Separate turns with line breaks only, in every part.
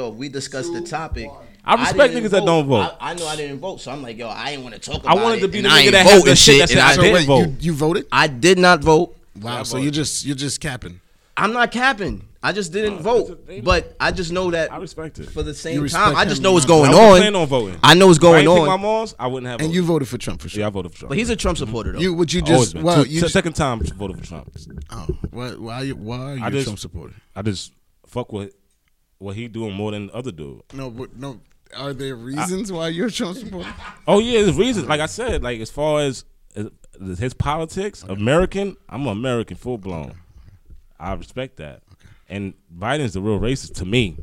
yo, we discussed the topic.
I respect
didn't
niggas that don't vote.
I, I know I didn't vote, so I'm like, yo, I didn't want to talk
I
about it.
wanted to be
and
the
I
nigga
ain't
that
vote
had
and
that shit
and
that said I
I
didn't
did.
vote.
You, you voted?
I did not vote.
Wow. So you're just you're just capping.
I'm not capping. I just didn't
it's a-
vote.
they-
but I just know that
I respect it.
for the
You
same
respect
time. I just know what's
everyone.
going
I wasn't planning
on.
on voting.
I know what's
If I
going
ain't pick my
on.
moms, I wouldn't have.
And
voted.
you voted for Trump for sure.
yeah, I voted for Trump.
But he's a Trump supporter, though.
You would you
I always
just
been.
well
Two-
you
se-
just,
second time voted for Trump.
oh, why why are you, why are you
I
a
just-
Trump supporter?
I just fuck with what he doing more than the other dude.
No, but no. Are there reasons why you're a Trump supporter?
Oh yeah, there's reasons. Like I said, like as far as as- his politics, American. I'm an American, full blown. I respect that. And Biden's a real racist to me,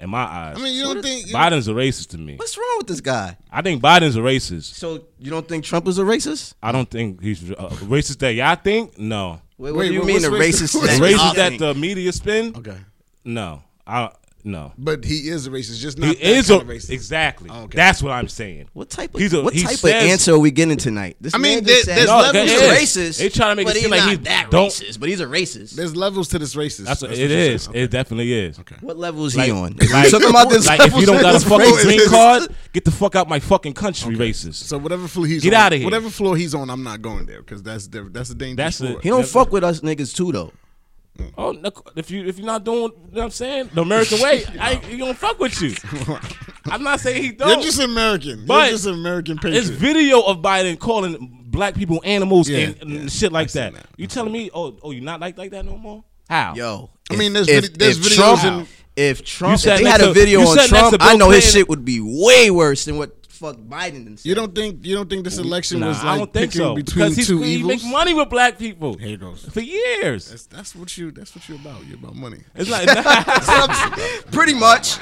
in my eyes.
I mean, you don't think you
Biden's a racist to me.
What's wrong with this guy?
I think Biden's a racist.
So you don't think Trump is a racist?
I don't think he's uh, racist that y'all think. No,
Wait, what
Wait,
do you
what-
mean a
what's
racist?
racist-
the
That's
racist that the media spin.
Okay.
No, I no.
But he is a racist, just
He
not that
is a
kind of racist. Oh,
exactly.
Okay.
That's what I'm saying.
What type of
He's a-
what
he
type of
says-
answer are we getting tonight? This
I mean,
man just
there-
said
there's No,
levels
he's
to
a
it.
racist.
They tryna make it
but
seem
he's
like
not
he
that
don't-
racist, but he's a racist.
There's levels to this racist.
That's what,
what
it
you're
is.
saying. Okay.
It definitely is.
what level is
Like-
he on?
like-
Talking about this
Like if you don't got a
level
fucking
is
green
racist.
card, get the fuck out my fucking country, racist.
So whatever floor he's
Get
on,
outta here.
Whatever floor he's on, I'm not going there because that's the, that's a dangerous
That's the-
floor.
He don't fuck with us niggas too though.
oh, look, if you if you're not doing, you know what I'm saying the American way, I ain't- he gonna fuck with you. I'm not saying he
You're
don't.
just American.
But
You're just an American
It's
patriot.
video of Biden calling black people animals
Yeah,
and, and
yeah.
shit
I
like
seen
that.
that.
You telling me, oh, oh, you not like like that no more? How?
Yo,
I
if-
mean, there's
if,
vid- there's
if
videos
Trump,
in-
if Trump, if
sat
they
next
had a
to-
video
you
on
sat next
Trump,
to Bill
I know his
Clinton.
shit would be way worse than what fuck Biden done said.
You don't think you don't think this election
Nah,
was like
I don't think
picking
so.
between
Because he's,
two
he
evils?
make money with black people
Here it goes.
for years.
That's, that's what you. That's what you're about. You're about money.
It's like
Pretty much.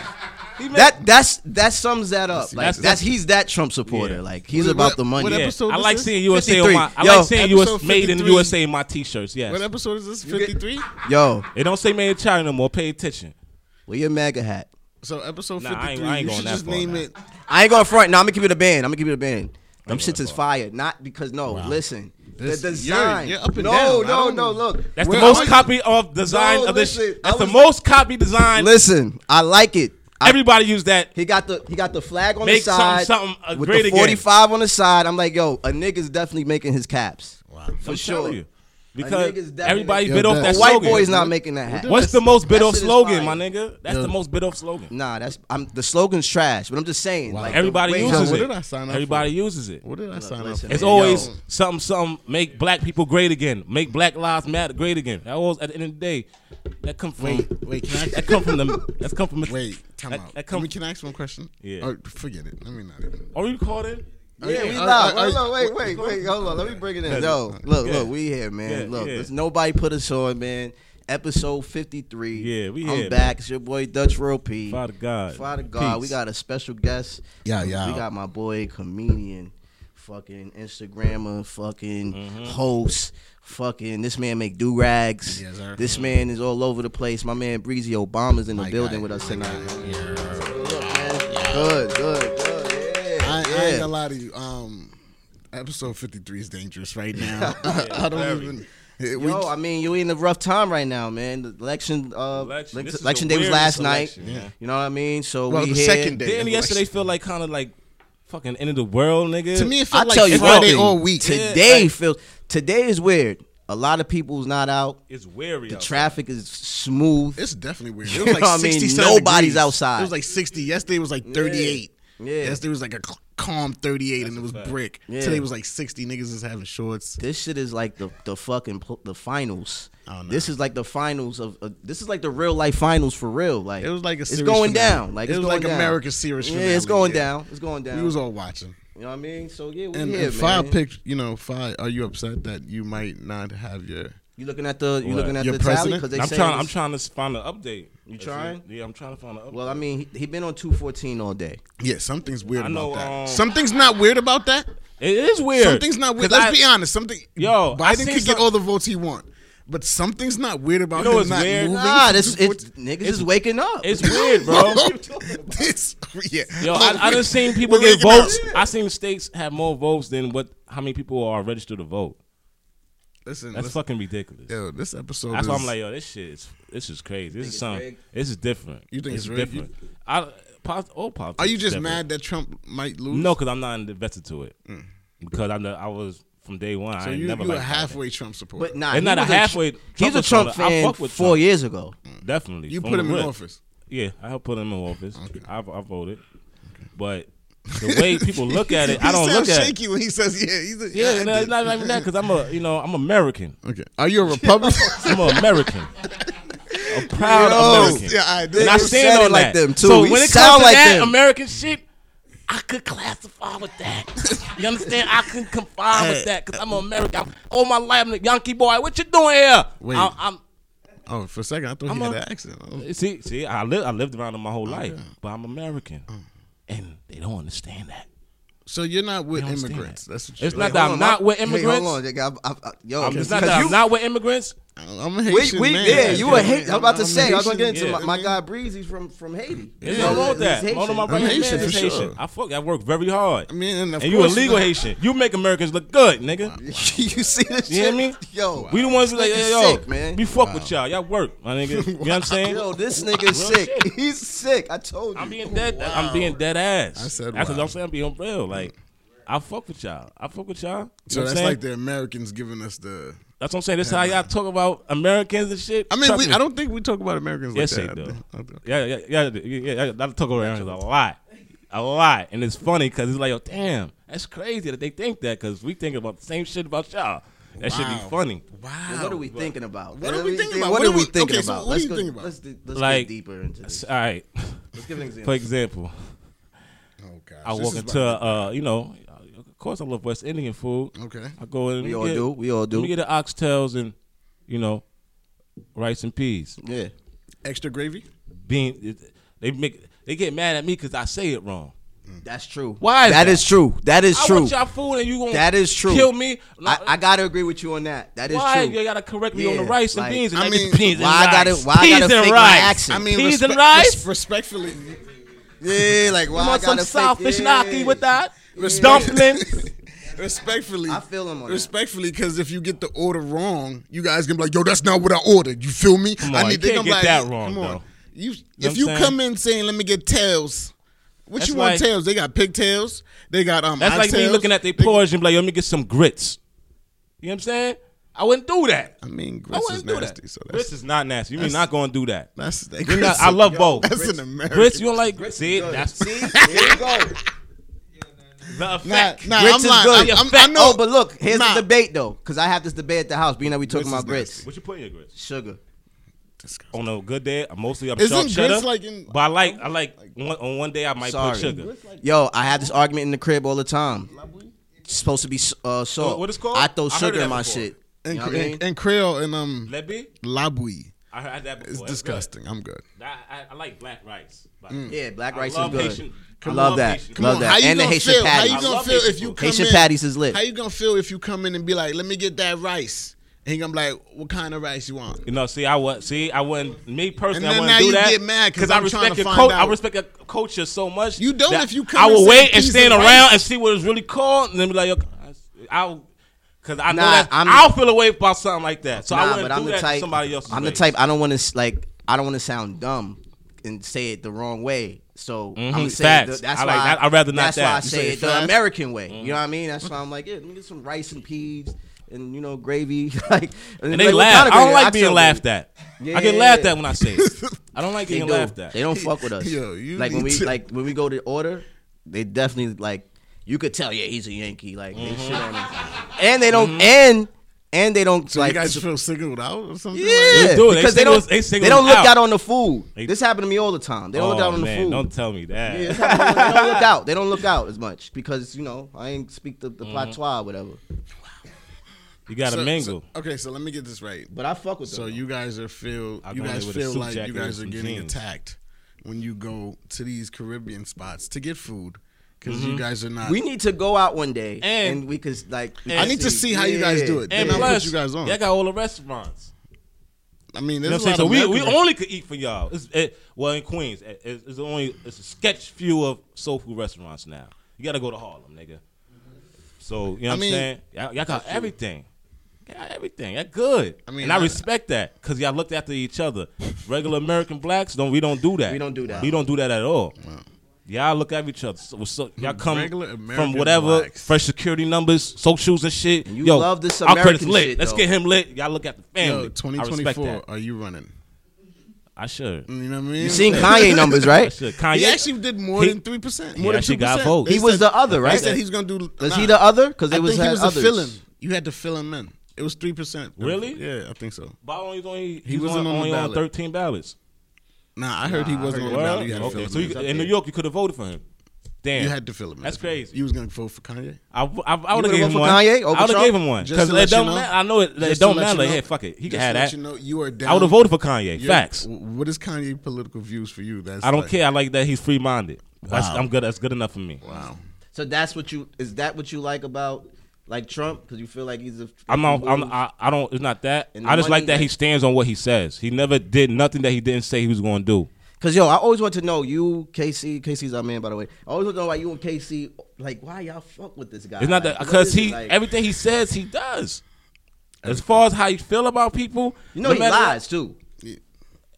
That that's that sums that up. Like
That's-
that's, he's that Trump supporter.
Yeah.
Like he's
What-
about
what-
the money.
what
Yeah,
episode
I
is
like
this?
seeing USA on my. I
53.
like seeing
Yo,
US made in the
53.
USA in my t-shirts. Yes,
What episode is this? Fifty three.
Yo,
it don't say made in China no more. Pay attention.
wear your MAGA hat.
So episode
Nah, I
fifty
ain't-
three.
I ain't
You
going
should
that
just
far
name
now.
it.
I ain't gonna front. No, I'm gonna keep it a band. I'm gonna keep it a band.
Oh,
Them shits is fire. Not because no. Listen,
This-
the
you're-
design.
you're up and
no,
down. I
no,
don't-
no. Look,
That's
Well,
the
I
most
was-
copy of design
No,
of this.
listen,
that's
I
the
was-
most copy design.
listen. I like it. I,
Everybody use that.
He got the he got the flag on
Make
the
something-
side.
something, uh,
with
great
the
again.
45 on the side. I'm like, yo, a nigga's definitely making his caps. For
I'm
sure.
telling you. because
nigga's definitely-
everybody
Yo,
bit off
that-
that
A white
slogan.
boy's not making that hat.
What's the most bit
That
off
shit is
slogan, my
fire.
nigga? That's the most bit off slogan.
Nah, that's I'm the slogan's trash, but I'm just saying. Like the
Everybody
way-
uses
Yo, what
it.
did I sign up
Everybody uses it.
What did I sign up?
listen,
for?
It's
Yo.
always something, something. Make black people great again. Make black lives matter great again. That always at the end of the day, that come from
Wait, wait, can I-
that come from the that's come from
Wait, time
that,
out.
That
can,
come, oh,
we, can I ask one question?
Yeah.
Or forget it. Let me not even.
are we recording?
Yeah, we
Are-
live.
are-
Hold on, wait,
are-
wait, wait. Hold on. Let me bring it in.
Yeah.
Yo, look,
Yeah.
look, we here, man.
Yeah,
look,
yeah.
there's nobody put us on, man. Episode 53.
Yeah, we
I'm
here, man.
back. It's your boy Dutch Roll P.
Father God.
Father God. We
Peace.
got a special guest.
Yeah, yeah.
We got my boy comedian, fucking Instagrammer, fucking
Mm-hmm.
host. Fucking this man make do rags.
Yes, sir.
this man is all over the place. My man Breezy Obama's in the
My
building
guy.
with us tonight. Look, man. Good, good, good. Yeah,
I, I
yeah.
ain't gonna lie to you. Um, episode fifty three is dangerous right now. I don't even. it- we-
Yo, I mean, you in a rough time right now, man. The election, uh,
Election.
election,
This is the
election day was
weirdest
last
election,
night.
man.
You know what I mean? So
Well,
we
the
here.
second day.
Didn't
Yeah,
yesterday feel like kind of like fucking end of the world, nigga?
to me, it
I
felt like
tell you
Friday
what,
all week.
Today
Yeah, like-
feels. Today is weird. A lot of people's not out.
it's weary.
The
out
traffic is smooth.
It's definitely weird. It
You
was
know what I
like
mean?
67
Nobody's
degrees.
outside.
It was like 60. Yesterday was like 38.
Yeah.
Yesterday was like a cl- calm 38 and it was brick.
Yeah.
Today was like 60. Niggas is having shorts.
This shit is like the the fucking pl- the finals.
Oh, no.
This is like the finals of. Uh, this is like the real life finals for real. Like
It was like a
It's
series
going
finale.
down. Like
It
it's
was
going
like
down.
America's series
Yeah,
finale,
it's going
yeah.
down. It's going down.
We was all watching.
you know what I mean? So yeah, we
And,
here,
and Fi
man.
picked, you know, Fi, are you upset that you might not have your.
You looking at the you
What?
looking at the
Your
tally
president?
because they
I'm
saying
trying. I'm
this-
trying to find an update.
You
Is
trying?
it- Yeah, I'm trying to find an update.
Well, I mean, he, he been on two fourteen all day.
Yeah, something's weird
I
about
know,
that.
um,
something's not weird about that.
it is weird.
Something's not weird.
'Cause I-
Let's be honest. Something.
Yo, I
Biden
seen
could
some-
get all the votes he want, but something's not weird about
know what's
him not
weird?
moving.
Nah,
from
this it's,
214.
niggas is waking up.
It's weird, bro.
this, yeah.
Yo, I, I done seen people
We're
get
waking up.
votes. I seen states have more votes than what how many people are registered to vote.
Listen,
That's
listen
fucking ridiculous.
yo, this episode.
That's
is,
why I'm like, yo, this shit is this is crazy. This is
it's
something.
rigged?
This is different.
You
This
think it's
is
rigged?
different? I pop, all pop.
Are you just mad that Trump might lose?
No, because I'm not invested to it. Because I'm the, I was from day one.
So
I ain't
you,
never
you a
liked Biden.
halfway Trump supporter.
But nah,
It's
he
not a
was
halfway-
Tr-
Trump
he's a
was
Trump
Trump. I
fan
fuck with
four
Trump.
years ago.
Definitely.
you
from
put
the
him in
rip.
office.
Yeah, I helped put him in office. I, I voted, but the way people look at it, I don't
he
look
sounds
at. it.
shaky when he says, "Yeah, he's a,
Yeah, no,
I
it's
did.
not even that because I'm a you know I'm American.
Okay, are you a Republican?
I'm an American. A proud
Yo,
American.
yeah, I did.
and I
Niggas
stand
said it like
on like that.
them, too.
So
We
when it
sound
comes to
like
that
them.
American shit, I could classify with that. You understand? I can confide with that because I'm an American. I'm, all my life, I'm a Yankee boy. What you doing here?
Wait.
I, I'm
Oh, for a second, I thought
I'm
he had
a-
an accent. Oh,
see, see, I lived, I lived around them my whole life, but I'm American, and they don't understand that.
So you're not with
don't understand
immigrants.
that.
That's what
It's
you're
not that I'm
Hold on,
not
my-
with
Hey,
immigrants.
hold on, nigga. I, I, I, yo,
I'm, it's
because
not that
you-
I'm not with immigrants.
I'm a
We,
Haitian
we,
man.
yeah, you a
I'm-
Haitian. I'm about to
I'm
say, I was
Haitian.
gonna get into
Yeah.
my, my guy Breezy's from from Haiti.
There's nothing wrong with
He's
that.
Haitian.
One of my
I mean,
right hand man
Haitian for
is
sure.
Haitian. I fuck. I work very hard.
I mean, and, of
and you a
course
legal
not.
Haitian. You make Americans look good, nigga.
you see this?
You hear
shit?
me?
Yo,
We the ones that like,
This Oh, nigga
hey, yo,
sick, man.
we fuck with y'all. Y'all work, my nigga. You know what I'm saying?
Yo, this nigga's
Real
sick.
shit.
He's sick. I told you.
I'm being dead. I'm being dead ass.
I said
That's
wow.
what I'm saying. I'm being real. Like, I fuck with y'all. I fuck with y'all. You
So
know what I'm
that's
saying?
like the Americans giving us the.
That's what I'm saying. This is how y'all talk about Americans and shit.
I mean,
Trust
we,
me.
I don't think we talk about Americans
Yes,
like
they
that.
do.
I think-
Yeah, yeah, yeah, yeah, yeah. I talk about Americans a lot, a lot, and it's funny because it's like, oh, damn, that's crazy that they think that because we think about the same shit about y'all. That should
Wow.
be funny.
Wow.
Well, what are we thinking about?
What are we thinking about?
What
What
are we
do we-
thinking
okay, so
about?
what are
Let's
you
go-
thinking about?
Let's, di- let's
Like-
get deeper into this.
All right,
Let's give an example.
for example,
Oh, gosh.
I
This
walk
is
into,
about-
uh, you know, of course I love West Indian food.
Okay.
I go in.
We
and
all
get,
do. We all
Let me
do.
get the oxtails and, you know, rice and peas.
Yeah.
Extra gravy?
Being they make they get mad at me because I say it wrong.
That's true.
Why is
that
that?
is true. That is
I
true.
want y'all food and you gonna
That is true.
Kill me.
I, I gotta agree with you on that. That is
why
true.
you gotta correct me on the
Yeah,
rice
like-
and beans? And
I
I
mean,
mean, beans and
why I gotta-
rice.
why I
Peas
gotta
and
fake my
rice.
accent?
I mean,
peas and
respe-
rice.
res- respectfully.
Yeah, like why I
You want some
gotta
soft
fake-
fish
yeah.
gnocchi with that?
Respect-
Dumpling.
respectfully.
I feel him on that.
Respectfully, because if you get the order wrong, you guys gonna be like, "Yo, that's not what I ordered." You feel me?
Come
I
on, you
they
can't
gonna
get
be
that wrong,
Come on,
though.
you.
know
if
what
you
I'm
come in saying, "Let me get tails," what
That's
you want
like-
tails? They got pigtails. They got um.
That's like me
oxtails.
looking at their
They-
porridge and be like, yo, let me get some grits. You know what I'm saying? I wouldn't do that.
I mean,
Oh, I
grits is
wouldn't do
nasty.
that.
So
grits
that's
is not nasty. You mean not gonna do that?
that's. that
You're not-
grits
I
is-
love both.
That's
Grits,
an American.
grits you don't like? See, that's
See, here you go.
the
Nah,
effect.
nah,
Grits
I'm
is
lying.
good.
I'm, I'm, I
Effect.
know,
oh, but look, here's
Nah.
the debate though, because I have this debate at the house. Being that we talking
Grits
about
is
grits,
What you put in your grits?
sugar.
On a good day, I'm mostly up
Isn't
sharp
grits
cheddar.
like in-
but I like, I like one, on one day I might
Sorry.
put sugar.
Yo, I have this argument in the crib all the time. It's supposed to be uh, salt.
What it's called?
I throw
I heard
sugar
of
in
that
my
before.
shit. You
and,
know what I mean?
and, and Creole and um
Let me.
labui
I heard that before.
is
That's good.
disgusting. I'm good.
I, I, I like black rice. but-
Mm. Yeah, black
I
rice is
love
good.
Haitian-
I
I
love
love
that.
Haitian.
I
Come
love
on,
that. And the Haitian
feel?
patties.
How you
I
gonna
love
feel
Haitian
if you
food.
come
Haitian
in,
patties is lit.
How you gonna feel if you come in and be like, "Let me get that rice," and he gonna be like, "What kind of rice you want?"
You know, see, I would see, I wouldn't. Me personally,
And
I
then
wouldn't
now
do
you
that
get mad 'cause
I
I'm trying
respect
to
your
find
culture. I
out.
respect your culture so much.
You don't
that
if you come
I
and
will
say
wait and
peas
stand
and
around
rice.
and see what it's really called, and then be like, okay, I'll. Cause I know
Nah,
that
I'm-
I'll feel away about something like that, so I
nah,
wouldn't
but
do
I'm the
that to
type.
somebody else.
I'm the type. I don't want to like. I don't want to sound dumb and say it the wrong way. So I'm gonna
Mhm,
say it the-
facts.
that's
I
why.
like that. I'd rather not
That's why
that.
I
You
say,
say
it
it
the
fast?
American way.
Mm-hmm.
You know what I mean? That's why I'm like, yeah, let me get some rice and peas and you know gravy. like,
And they
like, what
laugh.
kind of
I don't
gravy?
like being
tell
laughed
them.
at. I get
Yeah.
laughed at when I say it. I don't like
They
getting
do.
laughed at.
They don't fuck with us.
Yo, you
like when
need
we
to-
like when we go to order, they definitely like. You could tell, yeah, he's a Yankee. Like they shit on him,
Mm-hmm.
and they don't and and they don't
So
like
you guys feel singled out or something?
Yeah,
Like that?
do. They
because they,
single
don't
us- they
they,
single
don't
us
look out.
out.
on the food.
They- Oh,
this happened to me all the time. They don't look out on
man,
the food.
Don't tell me that.
Yeah, this happened to me. they don't look out. They don't look out as much because you know I ain't speak the, the
Mm-hmm.
patois or whatever.
You gotta
So-
mingle.
so- okay, so let me get this right.
But I fuck with them.
So you guys are feel
I
you
go in there
guys
with a
feel
suit
like you
jacket
guys
and
are
some
getting
jeans.
attacked when you go to these Caribbean spots to get food because
Mm-hmm.
you guys are not.
we need to go out one day and,
And-
we could like.
I need to see how you guys do it.
and
Then I'll put
plus,
you guys on.
y'all got all the restaurants.
I mean,
You know
there's
what I'm saying?
a
So
lot
we,
of
we
Americans-
only could eat for y'all. It's, it, well, in Queens, it, it's, it's only it's a sketch few of soul food restaurants now. You got to go to Harlem, nigga. So you know what I am
mean-
saying? Y'all, y'all got everything. Yeah, everything. That good. I
I
mean,
mean,
and I,
I-
respect that because y'all looked after each other. Regular American blacks don't. We don't do that.
We don't do that.
We don't do that at all. Y'all look after each other. So, so y'all come
Regular
from
American
whatever
blacks.
fresh security numbers, socials and shit.
And you
Yo,
love this
our credit's
American
lit.
shit,
Let's
though.
get him lit. Y'all look at the family.
Yo,
I respect
2024,
that.
are you running?
I should.
You know what I mean?
You seen Kanye numbers,
I
right?
should.
Mm. He
Kanye.
actually did more
He-
than three percent.
he
More than
actually
2%.
got votes.
They
He was
said-
the other,
They
right?
said he's gonna do.
Was
nah.
he the other? Because
I
it was,
think he
had
was
others.
a fill-in. You had to fill him in. It was three percent.
Really?
Yeah, I think so.
But only, only,
He
he was
wasn't
only
on the
only on
ballot.
thirteen ballots.
Nah, I heard he wasn't on the
Well,
ballot. You had to fill
okay,
him
so
in.
you, in New York, you could have voted for him. Damn,
You had to fill him in.
That's crazy.
You was gonna vote for Kanye.
I, I, I would
would've
have gave
went
him
for
one.
Kanye over
I would have
Trump?
gave him one
Just
because
to let
it
you
don't
know.
matter. I know it.
Just
It
to
don't
let
matter.
you know.
yeah, fuck it. He can
Just
have
to let
that.
You know, you are down.
I would have voted for Kanye.
You're-
Facts.
What is Kanye political views for you? That's
I don't
like-
care. I like that he's free minded. That's
Wow.
I'm good. That's good enough for me.
Wow.
So that's what you is that what you like about like Trump? Because you feel like he's a
I'm not. I'm, I, I don't. It's not that.
And
I just
money
like that he
that-
stands on what he says. He never did nothing that he didn't say he was going to do.
Cause yo, I always want to know you, KC. KC's our man, by the way. I always want to know why you and KC like why y'all fuck with this guy.
It's not
Like,
that
what
because
is it?
he
Like,
everything he says he does. As far as how you feel about people,
you know
no
he
matter-
lies too.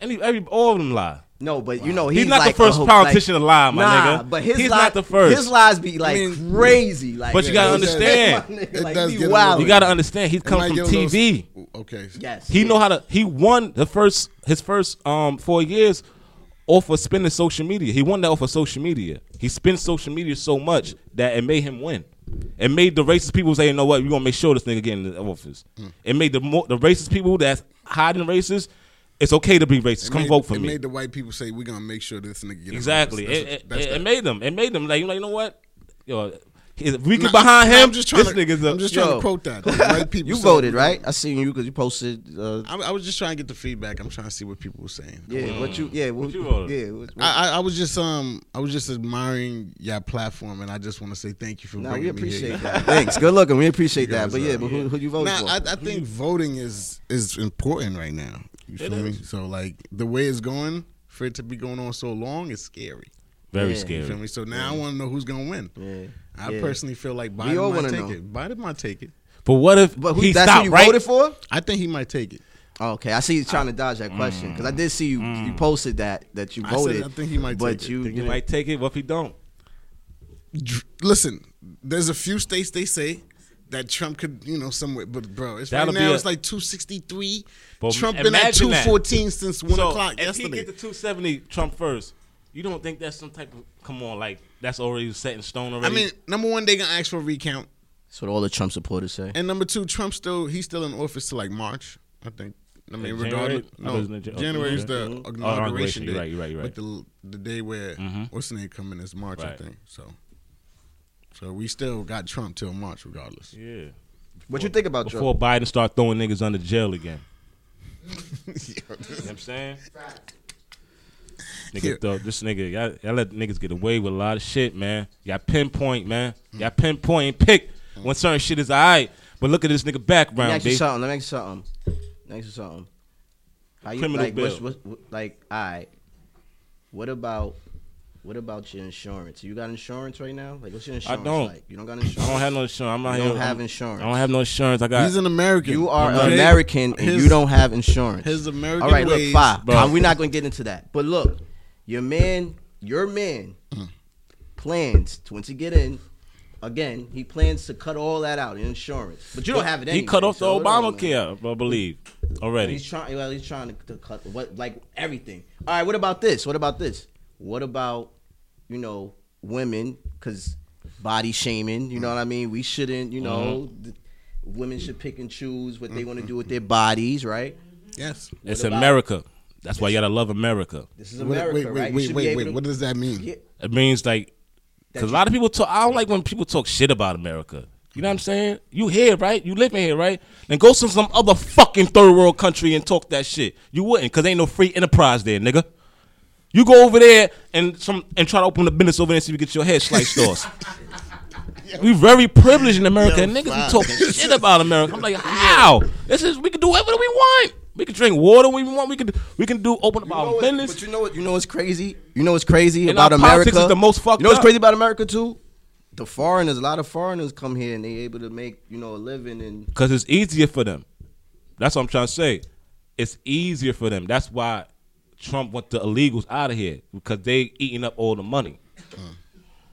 Any, every all of them lie.
No, but you know he's,
He's not the
like
first
a hook,
politician
like,
to lie, my
nah,
nigga.
But his
He's
li-
not the first.
His lies be like
I mean-
crazy. Like,
But you gotta
it does-
understand,
my nigga,
it
like,
does
he
get a
wild.
You got to understand. He's
It
coming
might
from
get a little-
TV.
okay.
yes.
He know how to. He won the first his first um four years off of spending social media. He won that off of social media. He spent social media so much that it made him win. It made the racist people say, "You know what? We're gonna make sure this nigga get in the office."
Hmm.
It made the more, the racist people that's hiding racist. It's okay to be racist.
It
Come
made-
vote for
it
me.
made the white people say we're gonna make sure this nigga get in
exactly.
office."
It,
That's-
it,
that's
it
that.
made them. It made them like you know. You know what? Yo, if we get
Nah,
behind
nah,
him,
I'm just trying
this
to,
nigga's a.
I'm just trying
Yo.
to quote that. The white people
You
said-
voted right? I seen you because you posted. Uh,
I, I was just trying to get the feedback. I'm trying to see what people were saying.
yeah, what you? Yeah, what,
you voted?
Yeah, what, what-
I, I, I was just um I was just admiring your platform, and I just want to say thank you for
nah,
bringing
we
me here.
appreciate that. Thanks. Good looking. We appreciate that.
guys
But
are-
yeah, but who, who you voted
Nah,
for?
I, I think voting is is important right now. You feel me? So like the way it's going for it to be going on so long is scary.
Very
Yeah.
You feel
scary.
me? So now I want to know who's gonna win.
Yeah.
I
Yeah.
personally feel like
We all
Biden might
wanna
take
know.
it. Biden might take it.
But what if
but who,
he
that's
stopped
who you
right?
voted for?
I think he might take it.
Oh, okay, I see you trying to dodge that question because I did see you. You posted that that you
I said
voted.
I think he might
But
take it.
you,
He might take it. What if he don't?
Dr- Listen, there's a few states they say that Trump could, you know, somewhere, but bro, it's
That'll
right
be
now
a-
it's like 263.
But
Trump been at
imagine that.
214 since one
so
o'clock
if he
yesterday.
get the 270 Trump first, you don't think that's some type of come on like that's already set in stone
I
already?
mean, number one, they gonna ask for a recount,
That's what all the Trump supporters say.
and number two, Trump still he's still in office till like March, I think. I mean,
January? Oh,
regardless,
I
no,
wasn't in Jan- okay,
January is the
okay. Oh, inauguration,
inauguration day.
you're right, you're right, you're
But the the day where what's the name coming is March,
Right.
I think. So, so we still got Trump till March, regardless.
yeah.
What you think about
Before
Trump?
Biden start throwing niggas under jail again. You know what I'm saying? Nigga,
Yeah.
though, this nigga, y'all, y'all let niggas get away with a lot of shit, man. Y'all pinpoint, man. Y'all pinpoint and pick when certain shit is alright. But look at this nigga
Let me
background,
ask you
B.
something. Let me ask you something. Let me ask you something. How you
Criminal
like? What's,
bill.
what's, what, like, all right. What about what about your insurance? You got insurance right now? Like, what's your insurance
don't.
like? You don't got
I
insurance.
don't have no insurance. I'm out
You
here.
don't have
I'm-
insurance.
I don't have no insurance. I got.
He's an American.
You are an
Okay?
American and
His-
you don't have insurance.
his American
All right, look,
ways-
five.
Bro.
Uh, We're not going to get into that. But look, your man, your man
Mm.
plans to once he get in. Again, he plans to cut all that out in insurance, but you don't have it. Anyway,
he cut off the
so it don't matter.
Obamacare, I believe, already.
He's trying. Well, he's trying to, to cut what like everything. All right. What about this? What about this? What about you know women? Because body shaming. You know what I mean. We shouldn't. You know,
Mm-hmm.
th- women should pick and choose what they want to do with their bodies. Right.
Yes.
It's
about-
America. That's why you gotta love America.
This is
What-
America,
wait, wait,
right? You
wait,
should be
wait,
able
wait.
to-
What does that mean?
Yeah.
It means like,
That
cause a
you-
lot of people talk. I don't like when people talk shit about America. You know what I'm saying? You here, right? You living here, right? Then go to some other fucking third world country and talk that shit. You wouldn't, cause ain't no free enterprise there, nigga. You go over there and some and try to open a business over there and see if you get your head sliced off. We very privileged in America,
Yo,
and niggas
fine.
be talking shit about America. I'm like, how? This is we can do whatever we want. We can drink water we want. We can we can do open up
You know
our
what-
business.
But you know what? You know what's crazy? You know what's crazy
And
about
our politics
America?
is the most fucked
You know what's
up.
crazy about America too? the foreigners, a lot of foreigners come here and they able to make you know a living and
because it's easier for them. That's what I'm trying to say. It's easier for them. That's why Trump want the illegals out of here because they eating up all the money.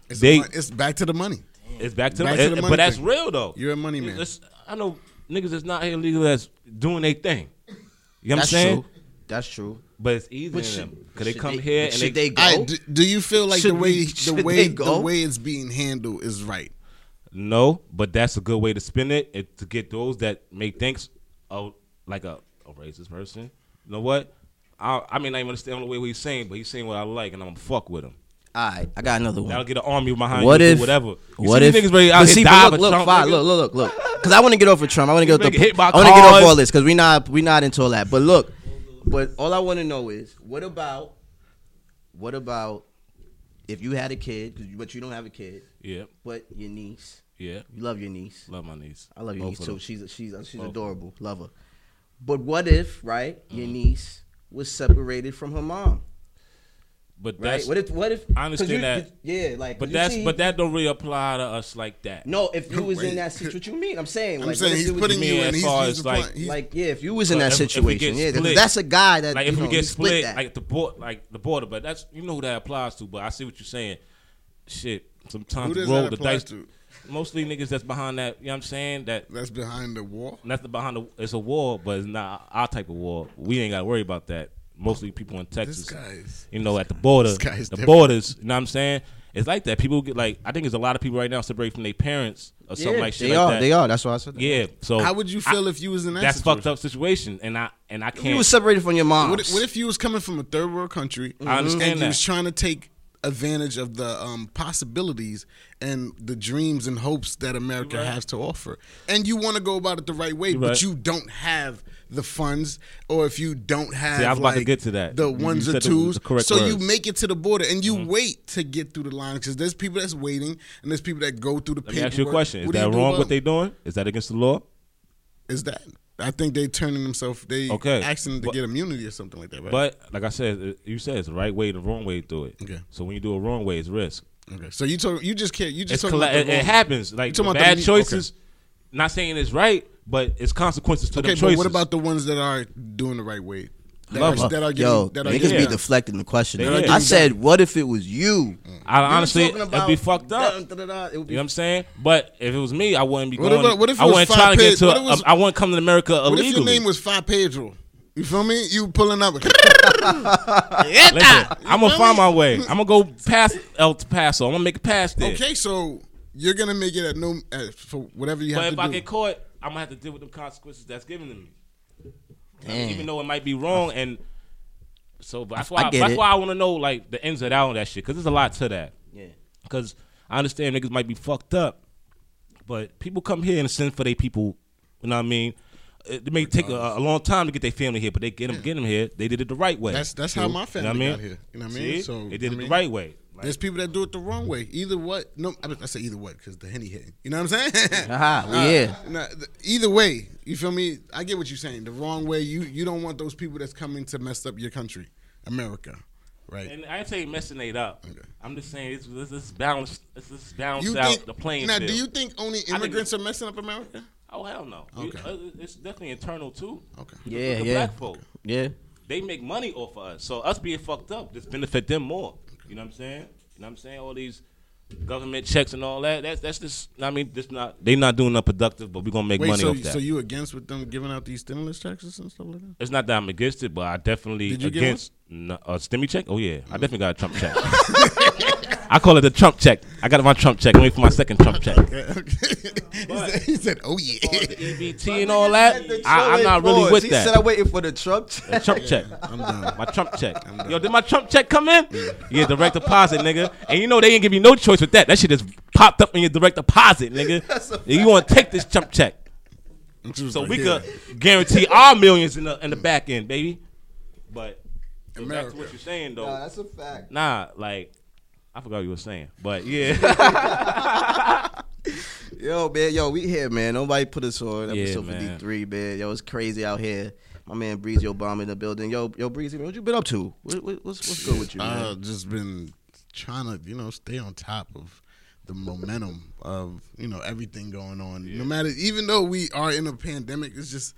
It's,
They-
the mon- it's back to the money.
It's back to,
Back
the,
to the
it-
money
but that's
thing.
real though.
You're a money man.
It's- I know niggas that's not here illegal that's doing their thing. You know what I'm
that's
saying?
true. That's true.
But it's easier
But
for
should-
them because they
should
come
they-
here
but
and
should they
they,
go?
I, do, do you feel like
Should
the way
we-
the
should they
way the
go?
way it's being handled is right?
no. But that's a good way to spin it, it to get those that make thinks of like a, a racist person. You know what? I, I mean, I even understand the way what he's saying, but he's saying what I like, and I'm gonna fuck with him.
All right, I got another one.
That'll get an army behind
What
you, do
if?
whatever. You
What
see
if?
these niggas ready out
but
here
see,
die
but look,
for
look,
Trump,
fine,
nigga?
look, look, look, look. Because I want to get over Trump. I want to get off
Nigga
the.
hit by
I want to get off
cars.
all this because we not we not into all that. But look, but all I want to know is what about what about if you had a kid, 'cause you- but you don't have a kid,
Yeah,
but your niece,
yeah.
you love your niece.
Love my niece.
I love your
Both
niece
of
too.
them. Mm-hmm.
She's she's she's
Both.
adorable. Love her. But what if right your niece was separated from her mom?
But
Right.
that's
What if what if?
I
'cause
understand
you-
that.
Yeah, like. 'cause
but
you
that's
see-
but that don't really apply to us like that.
No, if you was
Wait.
in that situation, what you mean? I'm saying,
I'm
like,
saying
what if
he's
it was
putting
me
you
as
in. He's,
far
he's
as,
applying-
like-
he's-
like, yeah, if you was in
But
that
if- if we
situation,
get
yeah, 'cause
split-
that's a guy that
like
you
if
know,
we get
split,
split,
that.
like the board, like the border. But that's you know who that applies to. But I see what you're saying. Shit,
who
sometimes
does
roll
that
the
apply
dice.
to?
Mostly niggas that's behind that. You know what I'm saying? That
That's behind the wall.
nothing behind the. It's a wall, but it's not our type of wall. We ain't got to worry about that. Mostly people in Texas.
This guy's
you know, at the border,
This guy's
the
different.
borders. You know what I'm saying? It's like that. People get like, I think there's a lot of people right now separated from their parents or something like shit
they
like
are,
that.
they are. That's why I said that.
Yeah. So
How would you
I-
feel if you was in that?
that's
situation?
fucked up situation, and I and I
you
can't.
was separated from your mom.
What if, what if you was coming from a third world country?
I understand
and
that.
you was trying to take advantage of the um, possibilities and the dreams and hopes that America
You're right.
has to offer, and you want to go about it the right way, but
right.
you don't have the funds, or if you don't have,
See, I was about to
like,
get to that.
the
You- you
ones or
said the-
twos.
the correct
so you
words. Mm-hmm.
make it to the border and you wait to get through the line because there's people that's waiting and there's people that go through the.
Let me ask you a
paperwork.
question: Is
What do you
that
do
wrong?
about
What
them?
they doing? Is that against the law?
is that? I think they turning themselves. They
Okay.
asking to
But-
get immunity or something like that. Right?
But like I said, it- you said it's the right way, and the wrong way to do it.
Okay.
So when you do it wrong way, it's risk.
Okay, so you talk, you just can't. You
It's
just
colla-
talking about
it,
the
it
wrong-
happens. Like the
talking about the
bad
me-
choices. Not saying it's right, but it's consequences to
Okay,
the
but
choices.
what about the ones that are doing the right way? That
Love
are,
her.
that are getting,
Yo,
that are
niggas
getting
be
down.
deflecting the question.
They
I
getting
said, what if it was you?
I
You
honestly,
talking
it'd be
about
fucked up.
da- da- da- da, it would be
You know what I'm saying? But if it was me, I wouldn't be
What
going.
about- what if it
I
was
wouldn't
five
try to
page-
get to.
what if it
A,
was-
I wouldn't come to America
What
illegally.
if your name was Five Pedro? You feel me? You pulling up.
Listen, I'm
You
gonna
feel
find
me?
my way. I'm gonna go past El Paso. I'm gonna make it past there.
okay, so you're gonna make it at no at, for whatever you
But
have
if
to
I
do.
get caught, I'm gonna have to deal with the consequences that's given to me. I mean,
Damn.
even though it might be wrong, and so that's
I
why
get
that's
it.
why I want to know like the ins and outs of that shit because there's a lot to that.
Yeah.
Because I understand niggas might be fucked up, but people come here and send for their people. You know what I mean? It may take a, a long time to get their family here, but they get them, get them here. They did it the right way.
That's- that's how my family got here. You know what I mean?
See?
So,
they did
I
it
mean-
the right way. Like,
There's people that do it the wrong way. Either what? No, I, mean, I say either what because the henny hitting. You know what I'm saying?
Haha, we
Nah,
here.
nah, th- either way, you feel me? I get what you're saying. The wrong way. You you don't want those people that's coming to mess up your country, America, right?
and I ain't saying messing it up.
Okay.
I'm just saying it's this is balanced. This is
you
balanced out the playing
now,
field.
do you think only
think-
immigrants are messing up America?
oh hell no. You-
Okay.
uh, it's definitely internal too.
Okay.
Look
Yeah,
at
yeah.
Black folk.
Yeah.
they make money off of us. So us being fucked up just benefit them more. You know what I'm saying? You know what I'm saying? All these government checks and all that. That's that's just I mean, just not they not doing nothing productive, but we're gonna make
Wait,
money
so,
off that.
so you against with them giving out these stimulus checks and stuff like that?
it's not that I'm against it, but I definitely
Did you get
against no, a stimmy check. Oh yeah, I definitely got a Trump check. I call it the Trump check. I got my Trump check. Wait for my second Trump check.
he, said, he said, "Oh yeah."
EBT and all that. I, I'm not really with
he
that.
said I'm waiting for the Trump.
The Trump check. Uh-huh.
I'm done.
My Trump check.
done.
Yo, did my Trump check come in? Yeah, direct deposit, nigga. And you know they ain't give you no choice with that. That shit just popped up in your direct deposit, nigga. you gonna take this Trump check. So we could guarantee our millions in the in the back end, baby. But so back
America.
to what you're saying though.
Nah, that's a fact.
nah, like I forgot what you were saying. But yeah.
Yo, man, yo, we here, man. Nobody put us on
Yeah,
episode
man.
53, man. Yo, it's crazy out here. My man Breezy Obama in the building. Yo, yo, Breezy, man, what you been up to?
Uh,
What, what, what's, what's good with you, man?
I've just been trying to, you know, stay on top of the momentum of you know everything going on. No matter, even though we are in a pandemic, it's just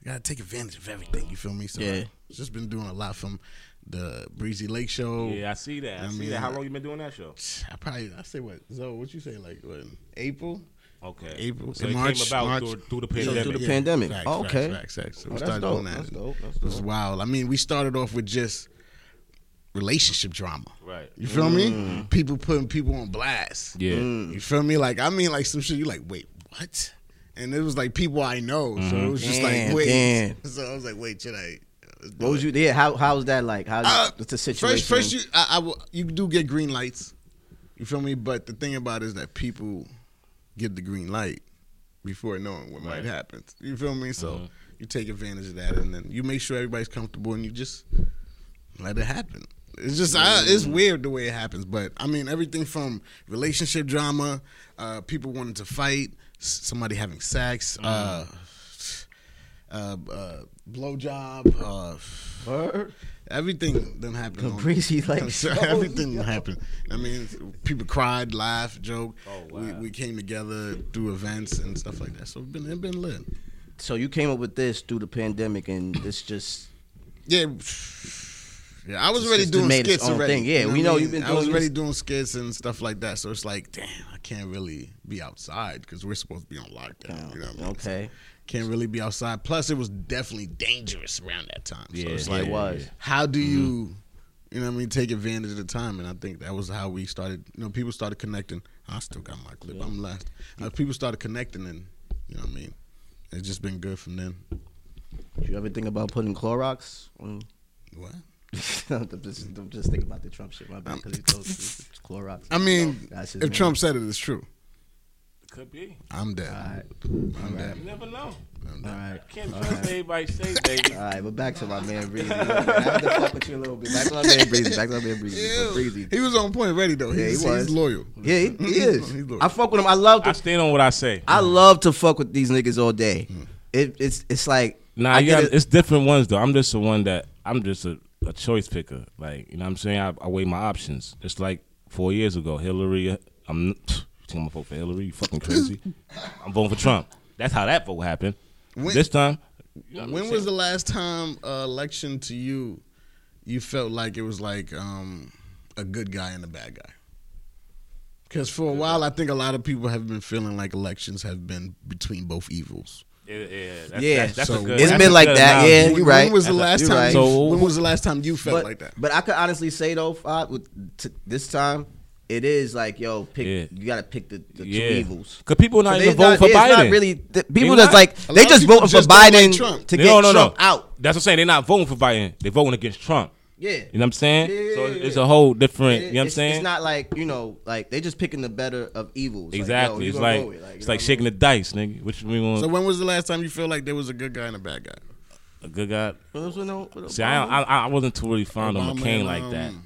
you gotta take advantage of everything. You feel me? So
Yeah.
I've just been doing a lot from the Breezy Lake Show.
Yeah, I see that. I,
I
see
mean,
that. How
I-
long you been doing that show?
I probably I say what Zoe, what you say like what April?
Okay,
April-
So
in
it
March-
came about
March-
through, through the
So
pandemic.
through the pandemic.
Facts,
Oh,
facts,
okay.
Facts, facts. So we
Oh, that's
started
dope.
doing that.
That's dope. That's
It was
dope.
wild. I mean, we started off with just relationship drama.
Right.
You feel me?
Mm.
People putting people on blast.
Yeah.
You feel me? Like I mean, like some shit. You like, wait, what? And it was like people I know. So it was just
Mm-hmm. Damn,
like, wait.
damn.
So I was like, wait, should I? let's do
What was
it.
you? Yeah. How how was that like? How
Uh,
what's the situation?
First, first you, I, I will- you do get green lights. You feel me? But the thing about it is that people get the green light before knowing what
Right.
might happen. You feel me? So
Mhm.
you take advantage of that, and then you make sure everybody's comfortable, and you just let it happen. It's just I, it's weird the way it happens, but I mean everything from relationship drama, uh, people wanting to fight, s- somebody having sex, uh, uh, uh, blowjob, uh,
Word?
Everything done happened. on-
Caprici, like,
So
shows.
everything done happened. I mean, it's- people cried, laughed, joked.
Oh, wow.
we, we came together through events and stuff like that. So it's been it been lit.
So you came up with this through the pandemic, and this just
Yeah, yeah. I was
It's
already
just
doing
made its
skits
own
already.
thing. Yeah,
what
we
I
know
mean?
you've been
I was
doing
already
this-
doing skits and stuff like that. So it's like, damn, I can't really be outside because we're supposed to be on lockdown. You know what I mean?
okay.
can't really be outside. Plus, it was definitely dangerous around that time.
Yeah,
so it's
yeah,
like,
it
was. Mm-hmm.
How do you, you know, what I mean, take advantage of the time? And I think that was how we started. You know, people started connecting. I still got my clip. I'm last. Uh, people started connecting, and you know, what I mean, it's just been good from then.
Did you ever think about putting Clorox? on-
What?
I'm just, I'm just thinking about the Trump shit. My bad, because he told us it's Clorox.
I mean,
That's his
if
name.
Trump said it, it's true.
Could be.
I'm dead.
All right,
I'm dead.
You never know.
I'm
all
dead.
right.
Can't trust everybody's safe, baby.
All right, but back to my man Breezy. I have to fuck with you a little bit. Back to my man Breezy. Back to my man Breezy. But
Ew.
Breezy.
He was on point already though.
Yeah, he
He's,
was.
he's loyal.
Yeah, he, he is.
He's loyal. Mm.
I fuck with him. I love
I
to.
stand on what I say.
I love to fuck with these niggas all day. It, it's it's like
Nah,
I
you
get
gotta-
it.
it's different ones though. I'm just the one that I'm just a, a choice picker. Like you know, what I'm saying I, I weigh my options. It's like four years ago, Hillary. uh, I'm you think I'm gonna vote for Hillary. You fucking crazy. I'm voting for Trump. That's how that vote happened.
When-
this time,
When was the last time uh, election to you? You felt like it was like um, a good guy and a bad guy. Because for a while, I think a lot of people have been feeling like elections have been between both evils.
yeah, yeah, that's,
Yeah.
that's, that's a
So
good,
it's
that's
been
a
like
good
that,
analogy.
yeah. you right.
When was the
That's a-
last
you
time?
right.
So-
when was the last time you felt
but,
like that?
But I could honestly say though, Fod, with t- this time, it is like yo, pick.
Yeah.
You gotta pick the, the
Yeah,
two evils.
because people not
So
even
they
voting
not-
for
it's
Biden.
Not really, th- people
not.
that's like
A
they
lot of
just
people
voting for
just don't like
Biden
Trump.
to
They
get
don't- no,
Trump
no.
out.
That's what I'm saying. They're not voting for Biden. They're voting against Trump.
Yeah,
You know what I'm saying?
Yeah,
so
yeah,
it's
yeah.
a whole different.
It-
you know what I'm
it's-
saying?
It's not like you know, like they just picking the better of evils.
exactly.
Like, yo, you
it's
gonna
like,
go with it, you
it's
know
like
what I
shaking
mean?
the dice, nigga. Which we want
So when was the last time you felt like there was a good guy and a bad guy?
a good guy.
What was with no- with
See, I, don't- I I wasn't too really fond of
Obama
McCain
and,
like that.
um,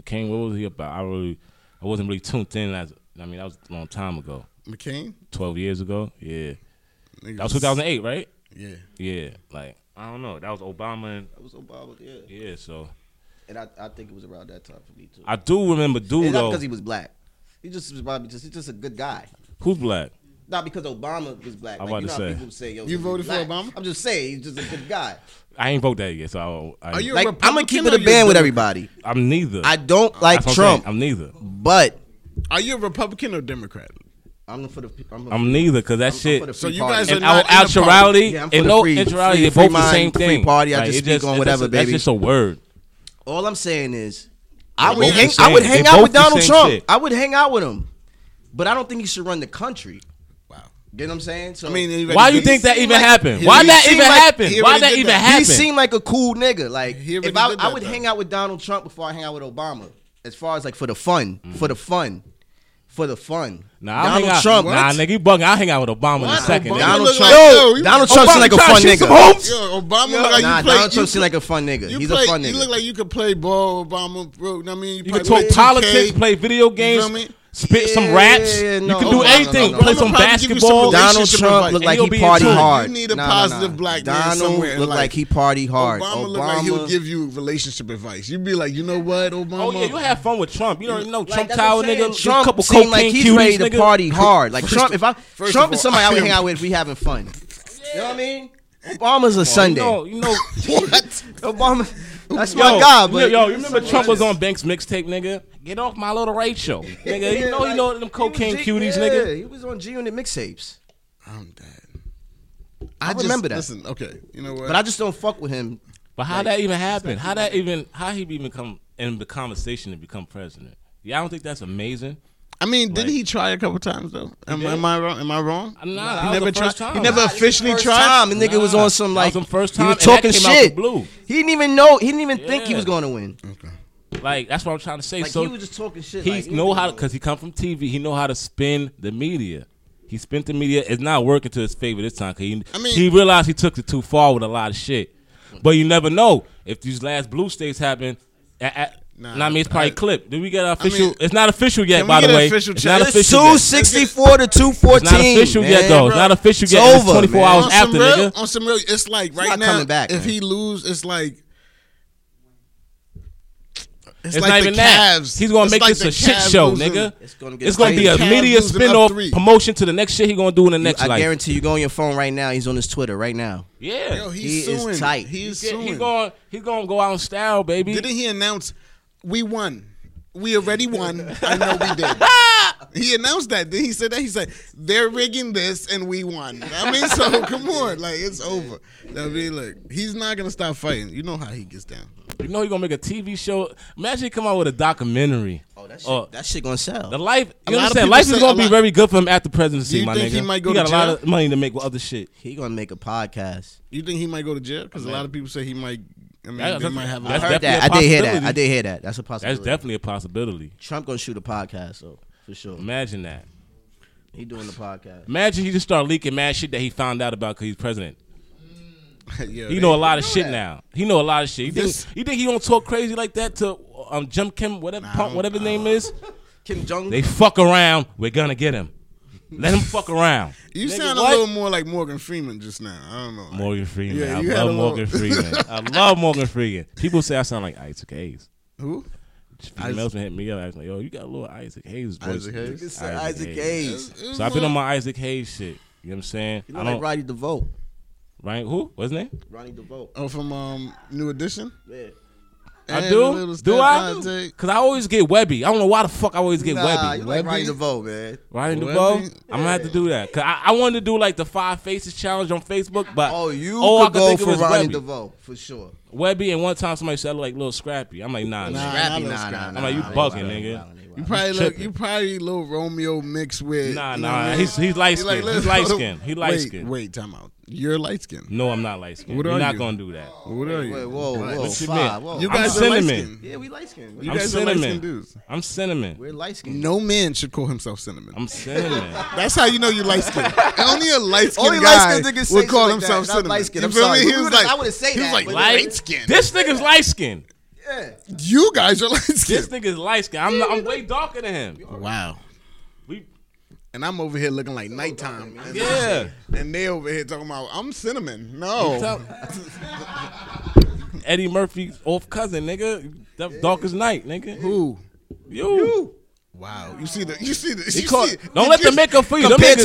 McCain, what was he about? I really, I wasn't really tuned in. As I mean, that was a long time ago,
McCain.
twelve years ago. Yeah,
Nigga
that was two thousand eight, right?
Yeah.
Yeah, like I don't know. That was Obama. And,
That was Obama, yeah.
yeah, so
And I, I think it was around that time for me too.
I do remember dude
it's not
though.
because he was black. He just was probably just he's just a good guy.
Who's black?
Not because Obama was black.
I'm
Like, you know
about to
how
say.
people say, Yo,
You
he
voted for
black.
Obama?
I'm just saying he's just a good guy.
I ain't vote that yet, so I, I,
Are you-
Like I'm gonna
Republican
keep
or
it a
you
band with
Democrat?
everybody.
I'm neither.
I don't like
That's what I'm saying.
Trump,
I'm neither.
but
Are you a Republican or Democrat?
I'm for the. I'm, for-
I'm neither because that
I'm
shit.
for the
So
free
you
party.
guys are
and
not
our
in a
actuality
Yeah, I'm for
and
the
no
free-
actuality,
free-
they're
free
both the
mind,
same
free
thing.
party, I just
it
speak on
it's
whatever,
just a- that's
baby.
just a word.
All I'm saying is, I would
both the
hang. I would
same.
hang
They
out
both
with
the
Donald
same
Trump.
shit.
I would hang out with him, but I don't think he should run the country.
Wow.
You know what I'm saying? So
I mean, he-
Why you
He
think that
seemed
even
like-
happened?
he-
Why
he
that
seemed
even
like-
happened?
he
Why
already
that
did
even
that.
he
happened?
seemed like a cool nigga. Like
He
if
already
I,
did
I
that,
would
though.
hang out with Donald Trump before I hang out with Obama, as far as like for the fun, for the fun, for the fun.
Mm. Nah, I'll hang
Donald
out.
Trump.
Nah, nigga, you bugging. I'll hang out with Obama in a
What?
second.
Obama
nigga.
Donald
look
Trump.
like- yo, you-
Donald Trump seemed like a
trying to
fun
shoot some
nigga.
hoes?
Yo, Obama look
Nah,
like you play.
Donald
you
Trump seemed like a fun nigga.
You
He's
play,
a fun
You
nigga.
look like you could play ball, Obama, bro. I mean,
You
probably
can talk
play 2K.
politics, play video
You
games.
feel me?
spit some
Yeah,
raps.
yeah, no.
You can
Oh,
do
no, no,
anything.
no, no.
Play
I'm
some
about to give you some
basketball.
relationship
Donald Trump
advice.
looked
And
like
you'll
he
be
party
in tune.
hard.
You need a
Nah, nah,
positive
nah.
black man
Donald
somewhere in
looked
life.
like he party hard.
Obama,
Obama,
looked like he would give you relationship advice. You'd be like, you know what, Obama?
Oh yeah, you have fun with Trump. You don't know
Like,
Trump
that's what
Tower,
I'm saying.
nigga.
Trump
a couple
seemed
cocaine
like he's
cuties,
ready to
nigga.
party hard. Like
First
Trump,
of-
if I
first
Trump
of
is
all,
somebody I would
I
hang
am-
out with, if we having fun. You know what I mean? Obama's a
You
Sunday.
know, you know.
what?
Obama, that's my guy. But
yo, you remember Trump was on Banks mixtape, nigga? Get off my little Rachel, nigga. You know, you know them cocaine
He was
cuties,
G- yeah,
nigga.
He was on G Unit mixtapes,
I'm dead.
I remember that.
Listen, okay, you know what?
but I just don't fuck with him.
But how that even happened? How that even? How he even come in the conversation to become president? Yeah, I don't think that's amazing.
I mean, didn't
Like-
he try a couple times though? Am,
did?
am I wrong? Am I wrong?
Nah, that
he
was
never
the
tried.
first time.
He never
Nah,
officially
first
tried.
time, the nigga was
Nah,
on some
that
like
was the first
He
time,
was
and that
talking
came out the
shit.
blue.
He didn't even know. He didn't even think he
Yeah.
was going to win.
Like that's what I'm trying to say.
Like
so
he was just talking shit.
He
like,
know
was
how
going-
because he come from TV. He know how to spin the media. He spent the media. It's not working to his favor this time. 'cause he,
I mean-
he realized he took it too far with a lot of shit. But you never know if these last blue states happen. At, at,
Nah,
nah, I mean, it's probably
I-
clipped. Did we get our official?
mean,
it's not official
can
yet,
we
by
get
the
an
way.
official
It's
check?
not
It's
It's
official yet.
264 to 214.
It's not official
man,
yet, though. It's
bro.
not official
It's
yet. and it's
over,
24
man.
hours
on
after,
some real,
nigga.
on some real. It's like right
not
now.
coming back,
if
man.
he lose, it's like. It's,
It's
like
not
the
even that.
Cavs.
He's gonna
It's
make
like
this
the
a shit
Cavs
show,
losing.
nigga.
It's gonna get
It's gonna be a
crazy.
media
Cavs losing up
spin-off
three.
promotion to the next shit he gonna do in the next
I
life.
guarantee you. Go on your phone right now. He's on his Twitter right now.
Yeah,
Yo, he's
He is
suing.
tight.
He's
Yeah,
suing.
he going he going to go out in style, baby.
Didn't he announce we won? We already won. I know we did. He announced that. Then he said that. He said they're rigging this, and we won. I mean, so come on, like it's over. I mean, look, he's not gonna stop fighting. You know how he gets down.
You know he gonna make a TV show. Imagine he come out with a documentary.
Oh, that shit,
Uh,
that shit gonna sell.
the life.
A
You
lot of
understand?
people
Life is
say- a
gonna be
lot-
very good for him after presidency,
Do you
my
think
nigga.
he might go
got a
to
lot
jail?
of money to make with other shit.
he gonna make a podcast.
You think he might go to jail? Because a lot of people say he might. I mean,
That-
they might have.
that's
a,
I heard that. I
definitely a
did hear that. I
possibility.
did hear that. That's a
That's
possibility.
definitely a possibility.
Trump gonna shoot a podcast though, for sure.
Imagine that.
He doing the podcast.
Imagine he just start leaking mad shit that he found out about because he's president.
yeah,
He
they-
know a lot of shit now. He know a lot of shit. You
This-
think you think he gonna talk crazy like that to um Jim Kim whatever
Nah, I
punk
don't-
whatever his
I
name is?
Kim Jong.
They fuck around. We're gonna get him. Let him fuck around.
You
Nigga,
sound a
what?
little more like Morgan Freeman just now. I don't know.
Morgan Freeman.
Yeah,
I
you had
love
a little-
Morgan Freeman. I love Morgan Freeman. People say I sound like Isaac Hayes.
Who?
Females been hitting me up. I was like, yo, you got a little Isaac Hayes voice.
Isaac Hayes?
It's Isaac Hayes.
So I've been on my Isaac Hayes shit. You know what I'm saying?
You
I
know,
don't.
like Ronnie DeVoe.
Ryan, who? What's his name?
Ronnie DeVoe.
Oh, from um, New Edition.
Yeah.
I
And a little
do. Do
step
I?
I take.
Because I always get Webby. I don't know why the fuck I always get
Nah,
Webby.
you like
Webby?
Ronnie DeVoe, man.
Ryan
Webby?
DeVoe. I'm gonna have to do that. Cause I, I wanted to do like the five faces challenge on Facebook, but
Oh, you
all
could go for Ronnie
Webby.
DeVoe for sure.
Webby, and one time somebody said I look like little Scrappy. I'm like, nah,
Nah,
nah.
Scrappy, nah,
nah,
nah,
Scrappy.
nah.
I'm like, you
nah,
bugging,
nah,
nigga.
nah, nah, nah,
You
nah.
probably look,
tripping.
you probably little Romeo mixed with
Nah,
you know
nah,
what I mean?
he's- he's light
like,
skinned. He's
look,
light
look,
skinned. He light
wait,
skinned.
Wait, time out. You're light skinned.
No, I'm not light skinned.
What
You're
are
not
you?
gonna do that.
What are you?
Wait, whoa,
What?
whoa,
What you
five,
mean?
whoa.
You
I'm
guys are light
cinnamon.
skinned.
yeah, we light skinned.
You
I'm
guys are light skinned
cinnamon.
dudes.
I'm cinnamon.
We're light skinned.
No man should call himself cinnamon.
I'm cinnamon.
That's how you know you light skinned. Only a light
Only
skinned guy
light-skinned niggas say
would call
shit like that.
himself
Not
cinnamon.
light-skinned,
You
I'm
feel
sorry.
me?
We
He was
would've-
like,
I would've say
he was
that,
like
but-
light skinned.
this nigga's light skinned.
Yeah.
You guys are light
This
skinned.
nigga's light skinned. I'm not, I'm way darker than him.
Oh, Wow.
We,
And I'm over here looking like nighttime.
yeah.
And they over here talking about I'm cinnamon. No.
Tell- Eddie Murphy's off cousin, nigga. That dark as night, nigga.
Who?
You.
Wow. You see the you see the
He
you
called-
see,
don't
did
let
you
them make up for you. Them
Compared
niggas-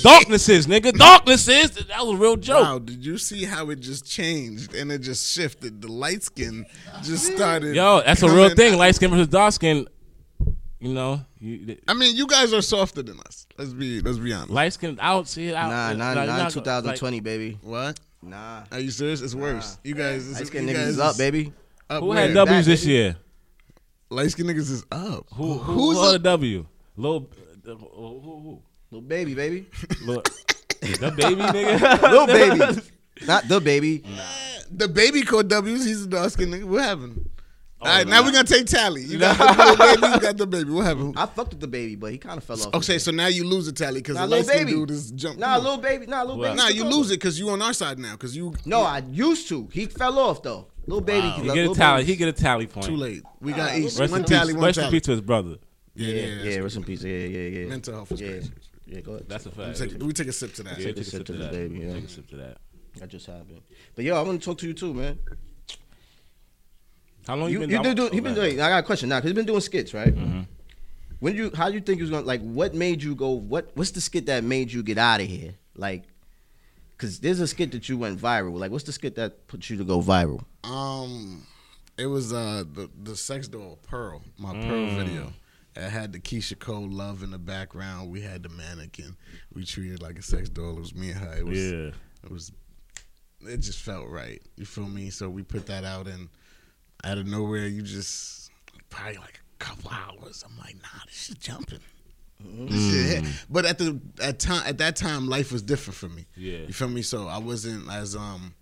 to us.
darknesses, nigga. Darknesses. That was a real joke.
Wow, did you see how it just changed and it just shifted? The light skin just started.
Yo, that's a
coming-
real thing. Light skin versus dark skin. You know, you,
I mean, you guys are softer than us. Let's be let's be honest.
light skin out. See it out.
Nah, nah,
like,
nah,
not-
2020, baby.
What?
Nah.
Are you serious? It's worse. You guys,
Light
this, you
skinned
guys
niggas is up, baby.
Like,
Up
who had
where?
Back,
W's this year?
Light skin niggas is up.
Who, who,
Who's
who had a
up?
W? Little, uh, who, who,
Little baby, baby.
who? Lil- the baby nigga.
Little baby. Not the baby.
The baby called W's. He's a dark skin nigga. What happened? All right,
Oh, no,
now
no.
we're gonna take tally. You got the little baby. You got the baby. What happened?
I fucked with the baby, but he kind of fell off.
Okay, so now you lose the tally because
Nah,
the
little
light skin
baby.
dude is jumping.
Nah, little baby. Nah, little
Well,
baby.
Nah,
took
you
over.
lose it because you on our side now. Because you
No, I used to. He fell off though. Little baby.
He get a tally. He get a tally point.
Too late. We got each
Rest in
one
peace.
tally, one
Rest in
tally.
peace to his brother.
Yeah,
yeah,
yeah,
yeah,
that's
rest in peace. Yeah, yeah, yeah.
Mental health is
yeah.
crazy.
Yeah, go ahead.
That's a
We
fact.
take, we take a sip to that.
Yeah,
take a sip to
that.
this baby, yeah.
Take a sip to that.
that just happened. But yo, I want to talk to you too, man.
How long you,
You,
been?
you
I'm-
been doing? He been
okay.
doing. I got a question now. Cause he's been doing skits, right?
Mm-hmm.
When you, how you think you was gonna like? What made you go? What? What's the skit that made you get out of here? Like, cause there's a skit that you went viral. Like, what's the skit that put you to go viral?
Um, it was uh the the sex doll Pearl, my Pearl video. It had the Keisha Cole love in the background. We had the mannequin. We treated it like a sex doll. It was me and her. It was
Yeah.
it was it just felt right. You feel me? So we put that out and out of nowhere you just probably like a couple hours. I'm like, nah, this shit jumping. This
Mm.
shit hit. But at the at time at that time life was different for me.
Yeah.
You feel me? So I wasn't as um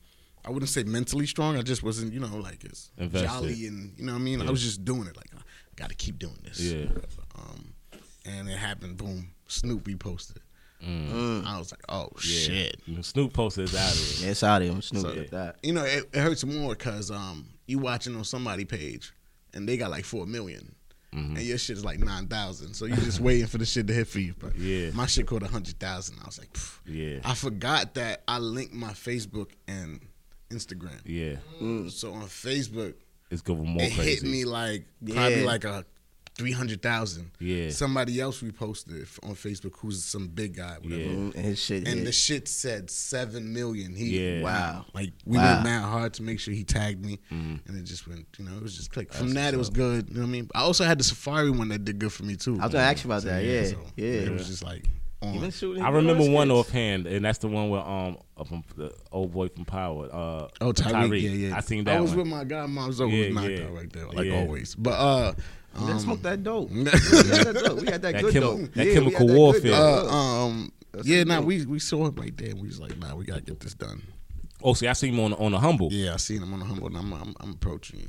I wouldn't say mentally strong. I just wasn't, you know, like as
Invested.
jolly and you know what I mean? I was just doing it like I gotta keep doing this.
Yeah.
Um and it happened, boom, Snoop reposted it.
Mm.
I was like, oh
Yeah.
shit.
Snoop posted his out of it.
Yeah, it's out of him. Snoop
So-
did that.
you know, it, it hurts more because um, you watching on somebody page and they got like four million,
Mm-hmm.
and your shit is like nine thousand. So you just waiting for the shit to hit for you. But
Yeah.
my shit caught a hundred thousand. I was like, pff.
Yeah.
I forgot that I linked my Facebook and Instagram.
Yeah.
So on Facebook,
It's going more
it
crazy.
hit me like probably
Yeah.
like a three hundred thousand.
Yeah.
Somebody else reposted it on Facebook who's some big guy. Whatever.
Yeah.
Mm, And his shit.
And
hit.
the shit said seven million. He
Yeah.
Wow.
Like we
Wow. Mm-hmm.
went mad hard to make sure he tagged me, and it just went. You know, it was just click. From that, it was good. You know what I mean? I also had the Safari one that did good for me too.
I was gonna ask you about that, yeah, yeah.
It was just like
You
on.
been shooting-
I
you doing
remember one
skits.
offhand, and that's the one where um uh, from the old boy from Power. Uh,
Oh, Tyreek, yeah, yeah.
I seen that
I was
one.
with my guy, mom, so
Yeah,
was knocked
yeah.
out right there, like
Yeah.
always. But uh,
Let's
um,
smoke that dope. we got that dope. We got that,
That
good
chemi-
dope.
that
we got
chemical
good
warfare.
dope.
uh, um, yeah,
some
nah,
dope.
we we saw him right there. and We was like, nah, we gotta get this done.
oh, see, I seen him on on a humble.
Yeah, I seen him on the humble, and I'm I'm, I'm approaching you.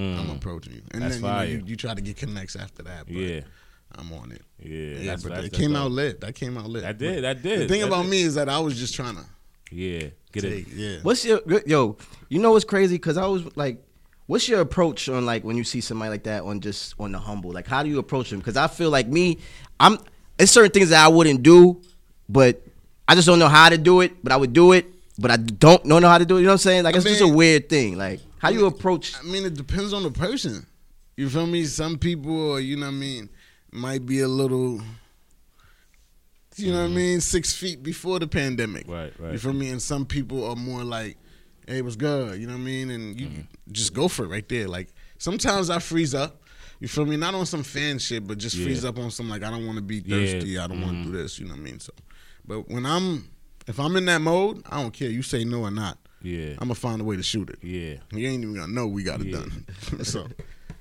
I'm approaching you, and
Mm. That's
then you, know,
fire.
you you try to get connects after that. But
Yeah.
I'm on it.
Yeah,
Yeah,
that's-
but
that's-
that
that's
came
dope.
out lit. That came out lit.
That did, that
The
did.
thing
that
about
did.
me is that I was just trying to
yeah, get
take,
it.
yeah.
What's your yo? You know what's crazy? Cause I was like, what's your approach on like when you see somebody like that on just on the humble? Like, how do you approach them? Cause I feel like me, I'm. It's certain things that I wouldn't do, but I just don't know how to do it. But I would do it, but I don't don't know how to do it. You know what I'm saying? Like,
I
it's just a
mean-
weird thing. Like, how do you approach?
I mean, it depends on the person. You feel me? Some people, are, you know what I mean, might be a little, you know what I mean, six feet before the pandemic.
Mm-hmm. Right, right.
You feel me? And some people are more like, hey, what's good? You know what I mean? And you
Mm-hmm.
just go for it right there. Like, sometimes I freeze up. You feel me? Not on some fan shit, but just
Yeah.
freeze up on some, like, I don't want to be
Yeah, Mm-hmm.
thirsty. I don't want to do this. You know what I mean? So, but when I'm, if I'm in that mode, I don't care. You say no or not.
Yeah.
I'm going to find a way to shoot it.
Yeah,
You ain't even gonna know we got it
Yeah.
done. so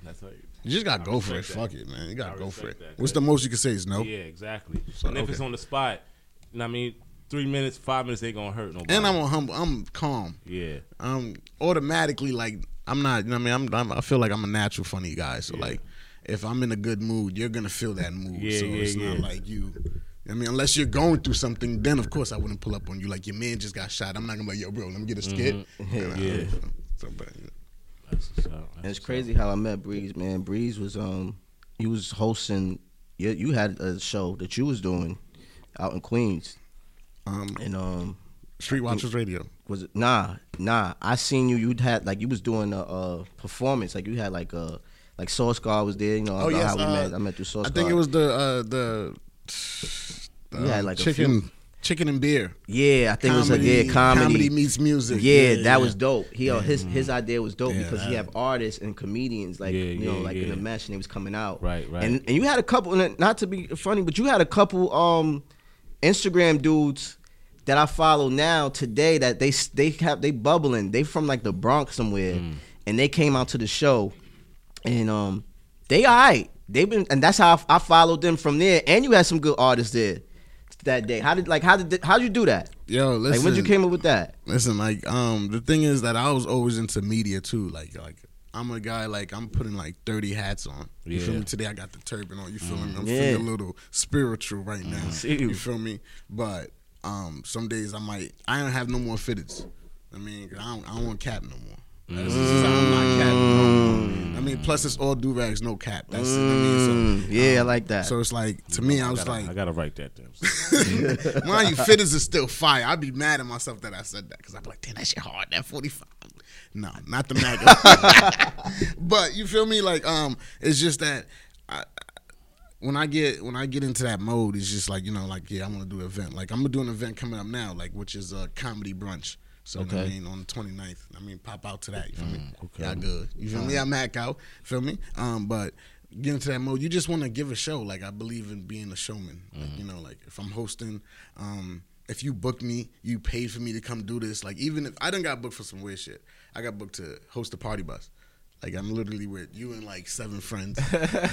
that's right.
you just gotta go for it.
respect that.
Fuck it, man. You gotta
I
go for it.
respect that,
What's
that-
the most you can say is no.
Yeah, exactly.
Oh. So,
and if
okay.
it's on the spot, you know what I mean, three minutes, five minutes ain't gonna hurt nobody.
And I'm a humble. I'm calm.
yeah,
I'm automatically like I'm not. You know what I mean? I'm, I'm. I feel like I'm a natural funny guy. So like, if I'm in a good mood, you're gonna feel that mood.
Yeah,
so
yeah,
it's
yeah.
not like you. I mean, unless you're going through something, then of course I wouldn't pull up on you. Like your man just got shot. I'm not gonna be like, yo, bro, let me get a skit. You know?
Mm-hmm. Yeah.
So, but, you know.
that's what's up. That's
And it's
what's up.
crazy how I met Breeze, man. Breeze was um, he was hosting. You you had a show that you was doing out in Queens,
um,
and um,
Street Watchers Radio.
was it nah nah i seen you you had like you was doing a, uh performance like you had like a like source guard was there you know
Oh
about
yes,
how we
uh,
met i met through source
I think it
Guard.
was the uh, the uh,
You had, like, a
chicken chicken and beer.
yeah i think it was like yeah comedy,
meets music.
yeah, that was dope he uh, his his idea was dope
Yeah,
because he
that-
had artists and comedians like
Yeah,
you know
yeah,
like in
yeah.
the mesh and they was coming out
Right, right.
and, and you had a couple and not to be funny but you had a couple um instagram dudes that I follow now today that they they have they bubbling. They from like the Bronx somewhere, and they came out to the show, and um, they all right. They've been and that's how I, I followed them from there. And you had some good artists there that day. How did like how did how did you do that?
Yo,
Like
listen.
when you came up with that?
Listen, like um, the thing is that I was always into media too. Like like I'm a guy like I'm putting like 30 hats on. You feel
Yeah.
me? Today I got the turban on. You feel me? I'm
Yeah.
feeling a little spiritual right now.
See you.
You feel me? But um, some days I might I don't have no more fitteds. I mean, I don't, I don't want cap no more. That's- this is- I'm not capping no more. I mean, plus it's all do rags, no cap. That's I mean,
Mm,
so,
yeah, I like that.
so it's like to me, I was
gotta,
like,
I gotta write that down.
Mind you, fitters is still fire. I'd be mad at myself that I said that because I'd be like, damn, that shit hard. That forty five. No, not the mag. but you feel me? Like, um, it's just that I, I- when I get when I get into that mode, it's just like you know, like yeah, I'm gonna do an event. Like I'm gonna do an event coming up now, like which is a comedy brunch. So you know what I
Okay.
mean, on the 29th, I mean, pop out to that. You feel me?
okay.
Y'all good. You feel me? I mac out. Feel me? Um, but get into that mode. You just want to give a show. Like I believe in being a showman. Like, you know, like if I'm hosting, um, if you book me, you paid for me to come do this. Like even if I done got booked for some weird shit, I got booked to host a party bus. Like I'm literally with you and like seven friends,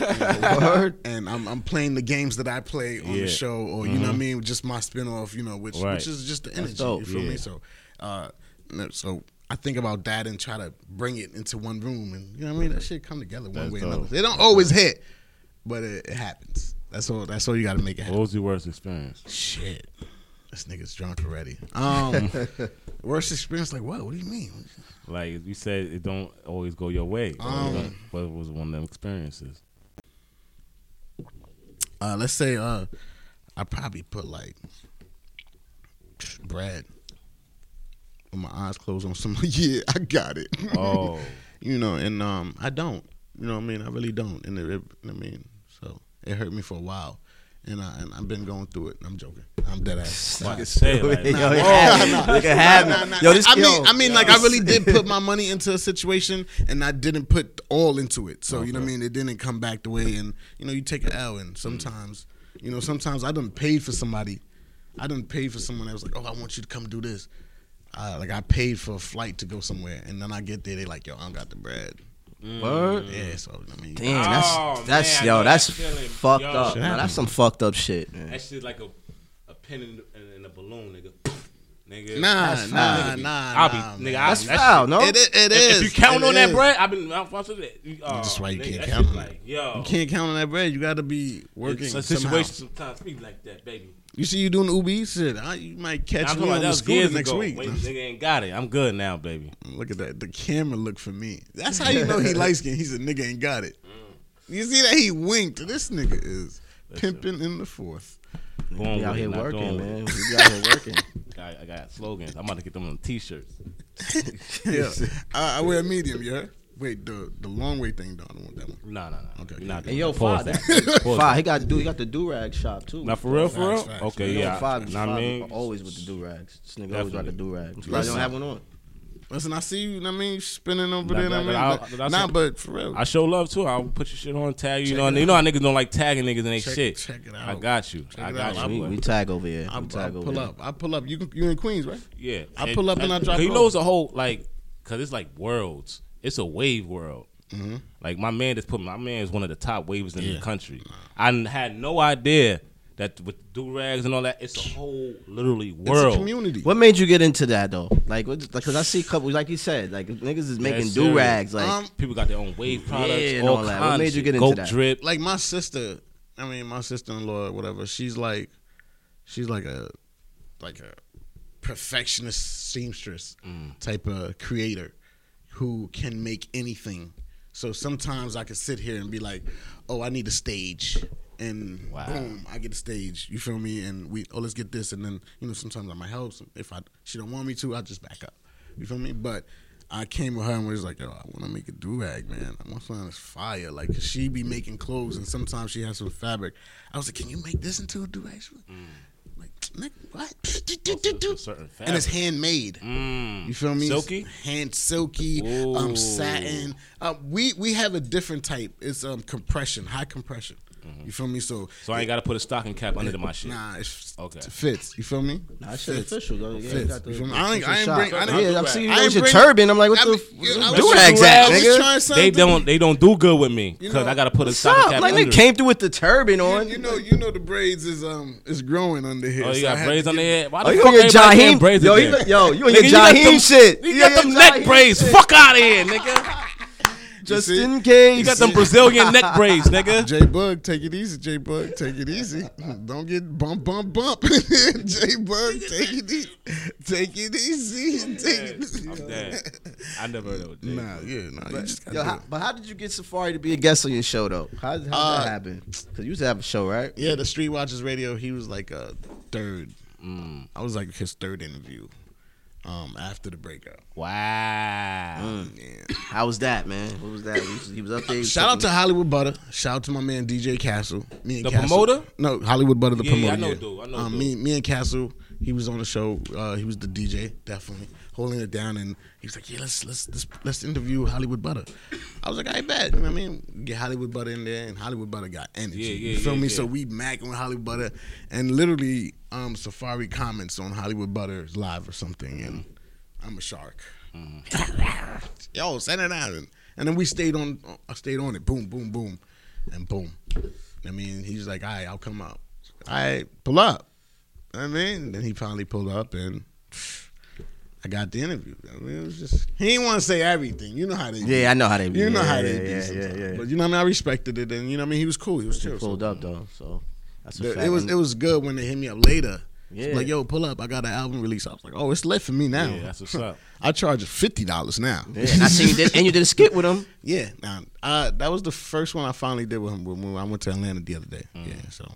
Word.
and I'm I'm playing the games that I play on
Yeah. Mm-hmm.
the show, or you know what I mean, just my spinoff, you know, which
Right.
which is just the energy.
dope.
You feel
Yeah.
me? So, uh, no, so I think about that and try to bring it into one room, and you know what I mean. That shit come together one
That's
way
dope.
or another. It don't always hit, but it, it happens. That's all. That's all you got to make it
What
happen.
was your worst experience?
Shit, this nigga's drunk already. Um, worst experience? Like what? What do you mean?
Like you said, it don't always go your way.
Um,
what was one of them experiences?
Uh, let's say uh, I probably put like bread with my eyes closed on some. yeah, I got it.
Oh,
you know, and um, I don't. You know, what I mean, I really don't, and it, it, I mean, so it hurt me for a while, and I and I've been going through it. I'm joking. I'm dead ass.
Why? Say it like
Yo,
that.
it
Nah,
happened.
nah,
It happened.
nah, nah.
Yo, this
I mean,
yo.
I mean, like I really did put my money into a situation, and I didn't put all into it. So you know, what I mean, it didn't come back the way, and you know, you take an L, and sometimes, you know, sometimes I done paid for somebody, I done paid for someone that was like, oh, I want you to come do this. Uh, like I paid for a flight to go somewhere, and then I get there, they like, yo, I don't got the bread.
Word.
Yeah, so I mean,
Mm. Damn, that's
Oh,
that's
man, I know
yo, that's
that feeling.
fucked
Yo.
up.
Shit
Nah, that's some fucked up shit, man.
That shit like a a pin in, in, in a balloon, nigga. nigga.
nah,
That's
nah, nah,
foul.
nah.
I'll be nigga. I,
That's
that
foul,
shit-
no?
It, i-
If,
it
if
is.
you count
It
on that
is.
bread, I've been. I'm, I'm, I'm, oh,
That's why you
nigga,
can't
that
count
shit
on it.
Like, yo,
You can't count on that bread. You got to be working
It's a
somehow.
situation sometimes be like that, baby.
You see, you doing the Uber Eats shit. I, you might catch
I'm
me
talking
on
about that
the
was
scooter
years
next
ago.
week.
Wait, nigga ain't got it. I'm good now, baby.
Look at that. The camera looked for me. That's how you know he light skinned. He said, nigga ain't got it. You see that he winked. This nigga is pimping in the fourth.
Going
We out
with it,
here
not
working,
doing with
man.
it.
We out here working.
I, I got slogans. I'm about to get them on t-shirts.
Yeah. I, I wear a medium, yeah? Wait, the, the long way thing, though. I don't want that one.
No, no, no.
Okay.
You're not
Hey,
doing
yo,
that. Pause
Five,
that. Pause
Five, he got to do. He got the do rag shop too.
that. Not for real, for real.
Facts, facts.
Okay,
You know,
yeah.
Five,
Know what I
Five
mean,
always with the do rags. This nigga always got the
Definitely.
do rag. Probably don't have one on.
Listen, I see you, you know what I mean? You spinning over
Nah,
there, you know
but
what
I'll-
I mean?
but I
But, nah,
said-
but for real.
I show love too. I'll put your shit on, tag you. You
Check
know,
it
and you know how niggas don't like tagging niggas and they
Check-
shit.
check it
I
out.
got you. I
it
got
out.
you.
We, we tag over here.
I, I
we tag over
pull
here.
up. I pull up. You can- you in Queens, right?
Yeah,
I pull up and I drop
Cause you
off.
know it's a whole like, cause it's like worlds. It's a wave world. Like my man that's put my man is one of the top waves in
Mm-hmm. Yeah.
the country. I n- had no idea that with do rags and all that, it's a whole literally world.
It's a community.
What made you get into that though? Like, because like 'cause I see couples, like you said, like niggas is making
serious.
do rags. Like,
Um,
People got their own wave products.
and
all
all that. What
kinds of
made you
shit.
get into
Goat
that?
drip?
like my sister i mean my sister-in-law or whatever she's like she's like a like a perfectionist seamstress type of creator who can make anything so sometimes i could sit here and be like oh i need a stage and
Wow.
boom i get a stage you feel me and we oh let's get this and then you know sometimes i might help if i she don't want me to i just back up you feel me but I came with her and was like, yo, I want to make a do rag, man. I want something that's fire. Like, 'cause she be making clothes and sometimes she has some fabric. I was like, can you make this into a do rag? She was Like, "Nick, what?
it's a certain
And it's
fabric.
handmade.
Mm.
You feel me?
Silky?
hand silky,
Ooh.
um, satin. Uh, we we have a different type. It's um compression, high compression. You feel me? So
Mm-hmm. So I ain't got to put a stocking cap under my shit.
Nah, it's,
Okay.
it fits. You feel me?
Nah, that shit official though. Yeah, you
Fits.
got the
You feel me? I ain't- I ain't
official
bring-
shop.
I didn't-
yeah, I see you
I
with
ain't
your
bring-
turban. I'm like, what
I
the
be- yeah, I was
do rags
just-
at,
I was
nigga?
trying something
They don't. They don't do good with me
You
because
know,
I got to put a
What's
stocking
up?
cap
Like,
under.
they
it.
came through with the turban on.
You know, you know the braids is um is growing under here.
Oh, you
so I
got
had
braids
to
on
get-
the head. Why
Oh,
the
you
fuck
on your
everybody getting
Jaheim?
braids
Yo, he
again?
look- yo, you on
Nigga,
your
got
Jaheim
them-
shit.
You
Yeah,
got them
yeah,
neck
Jaheim
braids.
shit.
Fuck out of here, nigga.
just
see?
in case.
You got them Brazilian neck braids, nigga.
J Bug, take it easy. J Bug, take it easy. Don't get bump, bump, bump. J Bug, take it easy. Take it easy. Take it easy.
I'm dead. I never heard of Jay.
Nah, yeah, nah. you just gotta
Yo,
do
how,
it.
but how did you get Safari to be a guest on your show though? How, how did
Uh,
that happen? Because you used to have a show, right?
Yeah, the Street Watchers Radio. He was like a third.
Mm,
I was like his third interview um, after the breakup.
Wow.
Yeah.
How was that, man? What was that? He was, he was up there. he was
Shout out to
talking-
Hollywood Butter. Shout out to my man DJ Castle. Me and
The
Castle-
promoter?
No, Hollywood Butter, the
Yeah, yeah,
promoter.
I know dude, I know
um,
dude.
Me, me and Castle. He was on the show. Uh, he was the DJ, definitely holding it down. And he was like, "Yeah, let's let's let's, let's interview Hollywood Butter." I was like, "I bet." You know what I mean, get Hollywood Butter in there, and Hollywood Butter got energy.
Yeah, yeah,
you feel
yeah,
me?
yeah.
So we macking with Hollywood Butter, and literally, um, Safari comments on Hollywood Butter's live or something, and
Mm-hmm.
I'm a shark. Yo, send it out, and, and then we stayed on. I stayed on it. Boom, boom, boom, and boom. I mean, he's like, "All right, I'll come out. All right, pull up." I mean, then he finally pulled up, and I got the interview. I mean, it was just he didn't want to say everything. You know how they. do.
Yeah, I know how they.
You know
yeah,
how
yeah,
they do
yeah, yeah,
sometimes.
yeah,
But you know what I mean? I respected it and you know what I mean? He was cool. He was chill. so-
Pulled up though, so that's a fact.
it was it was good when they hit me up later.
Yeah.
Like, yo, pull up. I got an album release. I was like, oh, it's lit for me now.
Yeah, that's what's up.
I charge fifty dollars now.
Yeah, and I seen you did, and you did a skit with him.
Yeah, nah, uh, that was the first one I finally did with him when when I went to Atlanta the other day.
Mm.
Yeah, so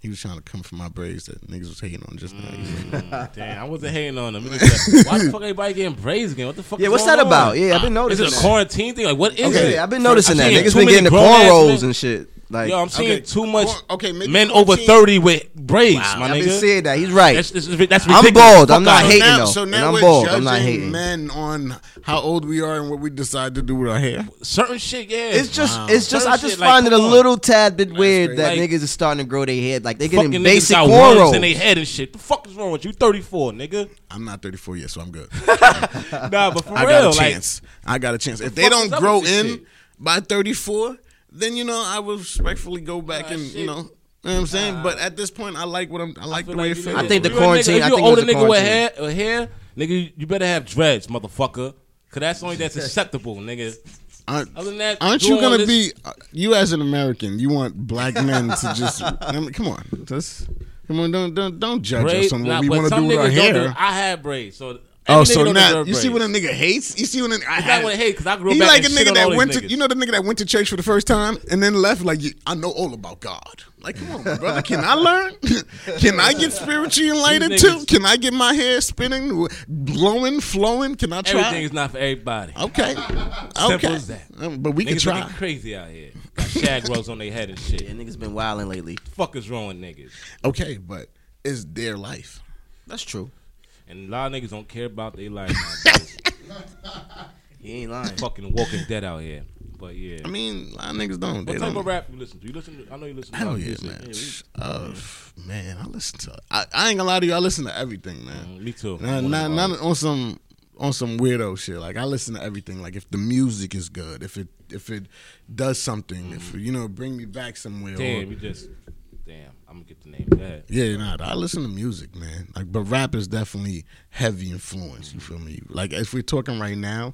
he was trying to come for my braids that niggas was hating on just now. He's like,
Mm.
Damn, I wasn't hating on them. It was like, Why the fuck everybody getting braids again? What the fuck?
Yeah,
is
what's
going
that about?
on?
Yeah, I've been
Is
noticing.
it a
that.
quarantine thing? Like, what is
Okay,
it?
I've been noticing that.
I'm seeing
Niggas
too
been
many
getting the
grown-ass
cornrows
men-
and shit. Like,
Yo, I'm seeing
Okay,
too much
cor- okay, maybe
men over
14.
thirty with braids,
I've
my nigga.
been seeing that. He's right.
That's, that's, that's
I'm
ridiculous.
bald.
Fuck
I'm not
out.
hating. though, and I'm
we're
bald. I'm not
judging
hating.
men on how old we are and what we decide to do with our hair.
Certain shit, yeah.
It's just, it's just.
Certain
I just
shit, like,
find it a
come on.
little tad bit weird
crazy.
that
Like-
niggas is starting to grow their head. Like they
Fucking
getting
niggas
basic
got worms in
cornrows.
their head and shit. The fuck is wrong with you? 34, nigga.
I'm not 34 yet, so I'm good.
Nah, but for
I
real,
got a
like,
chance. I got a chance. If
the
they
fuck
don't
is up
grow
with this
in
shit?
by 34, then you know I will respectfully go back
Ah,
and
shit.
you know, you know what I'm saying. but at this point, I like what I'm. I like the
feel
way
like
it
you
feels.
need
I think
it.
the
If you're a
quarantine-
Nigga,
I
if you
think it was
older
the
nigga with
quarantine.
hair, with hair, nigga, you- you better have dreads, motherfucker. Cause that's the only that's acceptable, nigga.
Aren't,
Other than that,
aren't
do
you
all
gonna
this-
be uh, you as an American? You want black men to just I mean, come on, just come on, don't don't don't judge us
Braids,
on what
nah,
we
but
want to do
some
with our
niggas don't
hair.
do- I had braids, so every
Oh,
nigga
so
don't
now
deserve
you see
braids.
what a nigga hates? You see what a, I
not
had-
what I hate, 'cause I grew up
He
back
like a
and shit
nigga
on
that
all
went
these
to
niggas.
you know the nigga that went to church for the first time and then left like you- I know all about God. Like come on, brother, can I learn? can I get spiritually enlightened
These
too?
niggas-
Can I get my hair spinning, blowing, flowing? Can I try?
Everything is not for everybody.
okay,
Simple
okay,
as that.
Um, but we can
Niggas
try.
looking crazy out here. Got shag rugs on their head and shit.
Yeah, niggas been wilding lately.
fuck is wrong with niggas?
Okay, but it's their life.
That's true.
And a lot of niggas don't care about their life. nowadays.
He ain't lying.
Fucking walking dead out here. But yeah.
I mean, a lot of niggas don't.
What
they
type
don't.
of rap you listen to? You listen to I know you listen to
Hell
rock
Oh, yeah,
music.
man.
we-
Uh, f- man, I listen to. I, I ain't gonna lie to you. I listen to everything, man.
Mm, me too.
Not,
One
not,
of
not on some on some weirdo shit. Like I listen to everything. Like if the music is good, if it if it does something, if you know, bring me back somewhere. or-
Mm-hmm. Damn, you just damn, I'm gonna get the name of that.
yeah, nah, I listen to music, man. Like, but rap is definitely heavy influence. You feel me? Like, if we're talking right now,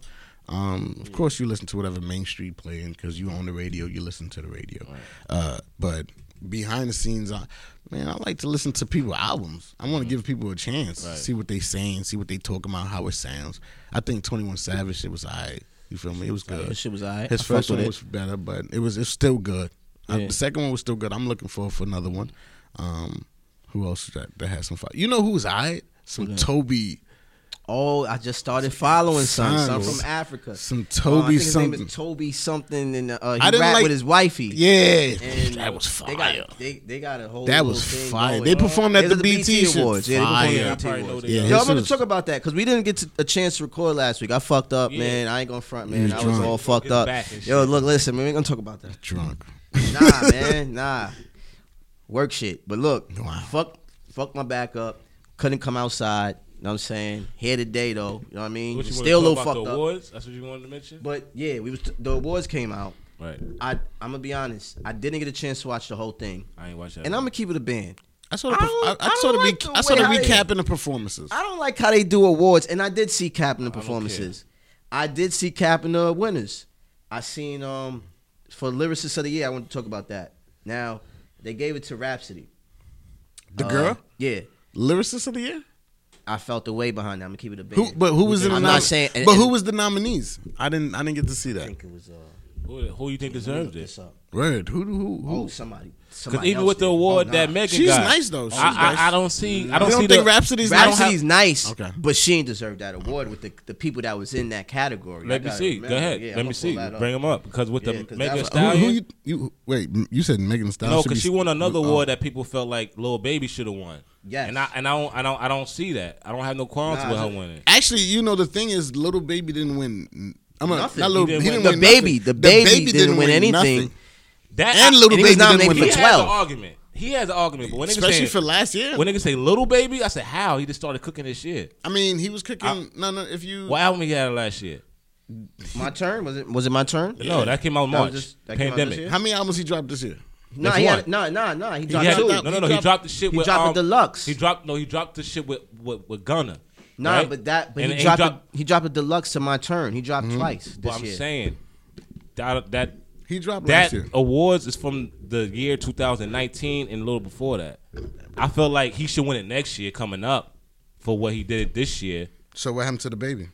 um, of course you listen to whatever Main Street playing because you on the radio, you listen to the radio. Uh, but behind the scenes, I, man, I like to listen to people albums. I want to give people a chance,
Mm-hmm. Right.
see what they saying, see what they talking about, how it sounds. I think Twenty One Savage shit was alright. You feel me? It was good.
That shit was alright.
His
I
first
fucked with
one
it.
was better, but it was it's still good. Uh,
Yeah.
the second one was still good. I'm looking forward for another one. Um, who else that that has some fire? You know who was I? Some Toby,
Oh, I just started following some some
Sons.
from Africa.
some
Uh, I
Toby
think his name
something.
is Toby something, and uh, he
I
rapped
didn't like-
with his wifey.
yeah,
And
that was
They
fire.
got, they, they got a whole.
that
little
was
thing
fire.
going.
They performed at
It
the
was
BT,
Awards.
Shit.
Yeah, they performed at the
I
Fire.
probably
BET
know
Awards.
they
Yeah,
are.
his
Yo, I'm gonna
was-
talk about that because we didn't get to- a chance to record last week. I fucked up,
Yeah.
man. I ain't gonna front,
was
man. I was
drunk.
all fucked
His
up.
back and
Yo,
shit.
look, listen, man. We ain't gonna talk about that.
Drunk.
Nah, man. Nah. Work shit. But look,
Wow.
fuck, fuck my back up. Couldn't come outside. You know what I'm saying? Here today though. You know what I mean?
What you
Still a
want
little
to talk
fucked
about the
up.
awards? That's what you wanted to mention?
But yeah, we was the awards came out.
right.
I I'm gonna be honest. I didn't get a chance to watch the whole thing,
I ain't watch that.
and I'm gonna keep it a band.
I saw the.
I
perf- I,
don't-
I,
I
saw the.
don't
re-
like the
I saw the
way I-
recap and the performances.
I don't like how they do awards, and I did see Cap in the
don't
performances. I, did see Cap in the winners. I seen um for lyricist of the year. I want to talk about that. Now they gave it to Rhapsody.
The
Uh,
girl,
Yeah,
lyricist of the year.
I felt the way behind that. I'm gonna keep it a bit.
Who, but who was in the
I'm
nom-
not saying. and-
But who
and
was the nominees? I didn't. I didn't get to see
I
that.
think it was uh.
Who, who you think deserves
Served
this?
this up.
Word. Who? Who?
Oh,
who?
somebody.
Because
somebody
even
else
with the
did.
award
Oh,
that
nah.
Megan
She's
got,
nice, though. She's
I, I-
nice.
I don't see. I
I
don't,
don't,
see
think
the,
Rhapsody's.
I don't
Rhapsody's
have-
nice,
Okay.
but she ain't deserve that award with the, the people that was in that category. I
Let me
gotta
see.
remember.
Go ahead.
Yeah, I'ma
Let me
pull
see.
that up.
Bring them up because with
Yeah, 'cause
the
that
Megan
was-
Who,
Stallion.
who you, you? Wait, you said Megan Thee
no,
should
because
be-
she won another
oh.
award that people felt like Lil Baby should have won.
Yes.
and I and I don't I don't I don't see that. I don't have no qualms
Nah,
with her
just-
winning.
Actually, you know the thing is, little baby didn't win. I'm a,
Nothing.
Not little,
He
he
didn't
didn't
win.
win.
The
nothing.
baby, the baby didn't win anything.
nothing.
That
And Lil
And he was
Baby didn't
nominated
win
he
for
has
nothing.
an
12.
argument. He has an argument, but when niggas
Especially
say
for last year.
when niggas say Little Baby, I said how he just started cooking his shit.
I mean, he was cooking. no, no. If you
What album he had last year?
My turn was it? Was it my turn?
No, that came out in
That was
March.
just- that came out this
Pandemic.
year?
how many albums he dropped this year?
Nah,
That's
he
one.
had, nah, nah, nah. He
He
dropped
had-
two.
no, no, no. He,
He
dropped the shit.
he
with,
dropped
um,
the deluxe.
He dropped no. He dropped the shit with with, with Gunna.
Nah,
right?
but that, but
And-
he
and
dropped, a, he dropped a deluxe to my turn. He dropped twice this
but I'm
year.
saying that that
He dropped
that
last year.
awards is from the year 2019 and a little before that. I feel like he should win it next year coming up for what he did this year.
So what happened to the baby?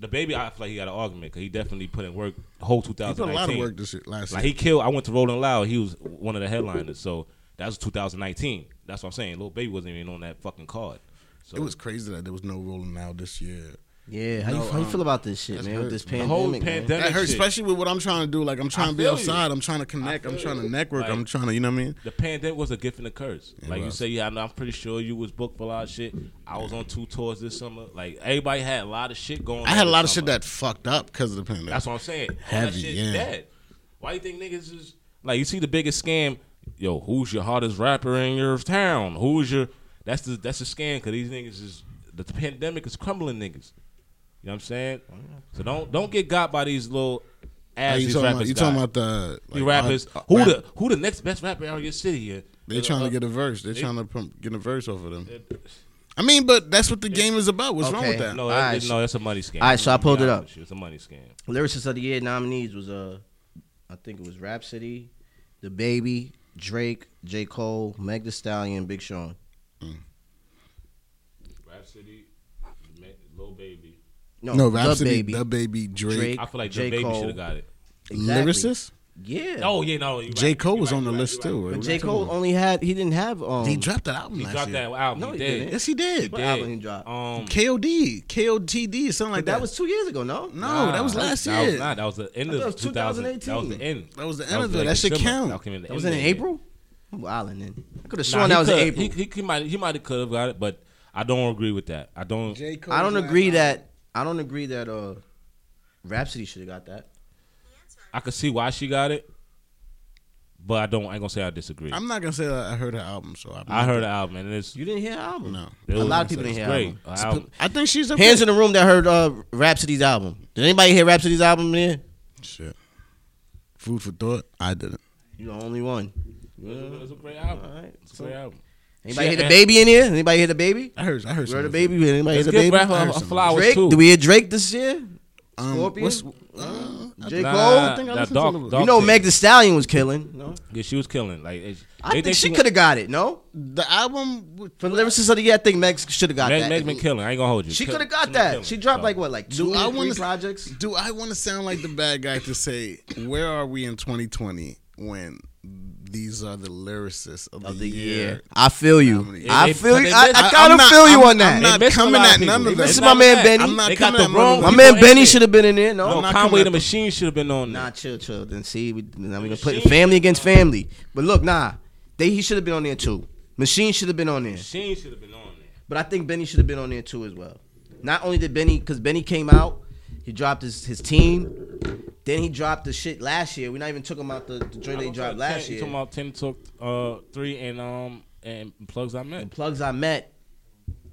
The baby, I feel like he got an argument because he definitely put in work whole
He
2019.
put a lot of work this year, last
Like
year.
he killed. I went to Rolling Loud. He was one of the headliners. So that was 2019. That's what I'm saying. Little baby wasn't even on that fucking card. So
It was crazy that there was no rolling out this year.
Yeah, how,
No,
you, how you
um,
feel about this shit,
that's
man? With
hurt.
this
the
pandemic,
whole
man?
pandemic.
That hurts,
shit.
especially with what I'm trying to do. Like I'm trying to be
feel you.
outside. I'm trying to connect. I'm
feel
trying
you.
to network.
Like-
I'm trying to. You know what I mean?
The pandemic was a gift and a curse.
It
like you
was.
say, yeah, I know, I'm pretty sure you was booked for a lot of shit. I was on two tours this summer. Like everybody had a lot of shit going. on
I had a
this
lot of shit
summer.
that fucked up because of the pandemic.
That's what I'm saying. All that
Heavy,
shit's
yeah.
dead. Why you think niggas is like? You see the biggest scam. Yo, who's your hottest rapper in your town? Who's your? That's the that's the scam because these niggas is the pandemic is crumbling niggas. You know what I'm saying?
Oh,
So don't don't get got by these little
Are
ass
Oh, you
these
talking
rappers.
about, you
got.
talking about the
these
like,
rappers?
uh,
who
rap-
the who the next best rapper out of your city? Uh, Here?
They trying to get a verse. They
they-
trying to pump, get a verse off of them. I mean, but that's what the game is about. What's wrong
Okay.
with that?
uh, No,
All
that,
right,
no, that's a money scam.
all right, so I pulled it up.
It's a money scam.
Lyricist of the year nominees was uh, I think it was Rhapsody, The Baby, Drake, J Cole, Meg Thee Stallion, Big Sean.
Rhapsody, Lil Baby.
No,
No,
The
Rhapsody,
Baby.
the baby, Drake,
Drake,
I feel like
J.
J. Baby
Cole.
should have got it.
Exactly.
lyricist.
Yeah.
Oh yeah, no. you
J
right.
Cole
You
was
right,
on the
you right,
list
you right.
too. What
But
we
J
talking
Cole
about?
only had he didn't have um.
he dropped that album.
He
last
dropped
year.
that album.
No,
he
he didn't.
did.
Yes, he did.
What album he dropped?
Um,
KOD, KOTD, something like
But that was two years ago. No.
No, that was last
That was,
year.
not, that was the end
I thought it
of
was
2018. That was the
2018.
end.
That was the end of it.
like
That should
December.
count.
came in the
That was
end
in
of it.
April. I'm wilding then. I could have
Nah,
sworn
he
that was in
could-
April.
He, he, he might he might have could have got it, but I don't agree with that. I don't.
J. Cole's
I don't
last
agree
album.
that. I don't agree that. Uh, Rhapsody should have got that.
I could see why she got it, but I don't. I ain't gonna say I disagree. i
I'm not gonna say that I heard her album. So I'm not-
heard the album and it's
You didn't hear the album.
No.
it
a
was-
lot of people
it's
didn't hear the
great.
album.
Album.
I think she's a
Hands in the room that heard uh, Rhapsody's album. Did anybody hear Rhapsody's album in here?
Shit. Food for thought. I didn't.
You're the only one.
It's a- it's a great album.
All right,
It's a great album.
Anybody
Yeah,
hear the
and-
baby in here? Anybody hear the baby?
I heard. I heard.
You heard the
something.
baby? Anybody hear
Let's
the
give
baby?
Rapper
I heard
a
something.
flowers
Drake?
too.
Do we hear Drake this year?
Um,
Scorpion?
what's- uh,
J.
Nah,
Cole?
nah,
I think I
nah,
listened
Dog-
to a little-
Dog
you know
Tape.
Meg the Stallion was killing. No?
Yeah, she was killing. Like it's-
I
they
think she
went-
could have got it, no?
the album. with-
From the lyricist of the year, I think Meg should have got
Meg,
that.
Meg been killing. I ain't gonna hold you.
she
Kill-
could have
been
got that.
killing.
She dropped
So,
like what, like two
Do I
or three
want
projects?
to? Do I want to sound like the bad guy to say where are we in 2020 when these are the lyricists of,
Of the year. I feel you.
Yeah,
I
they-
feel
but
you.
they
I,
missed-
I
I-
kind
I'm
of
not-
feel you
I'm-
on that.
I'm
They
not
missed a
coming
lot
at
people.
none
They
of
This
this.
is
missed
I'm
my
not
man
that.
Benny.
I'm not
My
they got
coming
the
at
wrong.
Mona
My
people
man
in
Benny
there.
should have been in there.
No,
No,
not
Conway
coming
the
at-
Machine should have been on there.
Nah, chill, chill. Then see, we, now we gonna
Machine
put family against family. But look, nah, they he should have been on there too. Machine should have been on there,
Machine should have been on there.
but I think Benny should have been on there too as well. Not only did Benny, because Benny came out, he dropped his his team. Then he dropped the shit last year. We not even took him out the, the joint they dropped last
You
year.
talking about ten took uh three and um and plugs I
The
met.
plugs I met.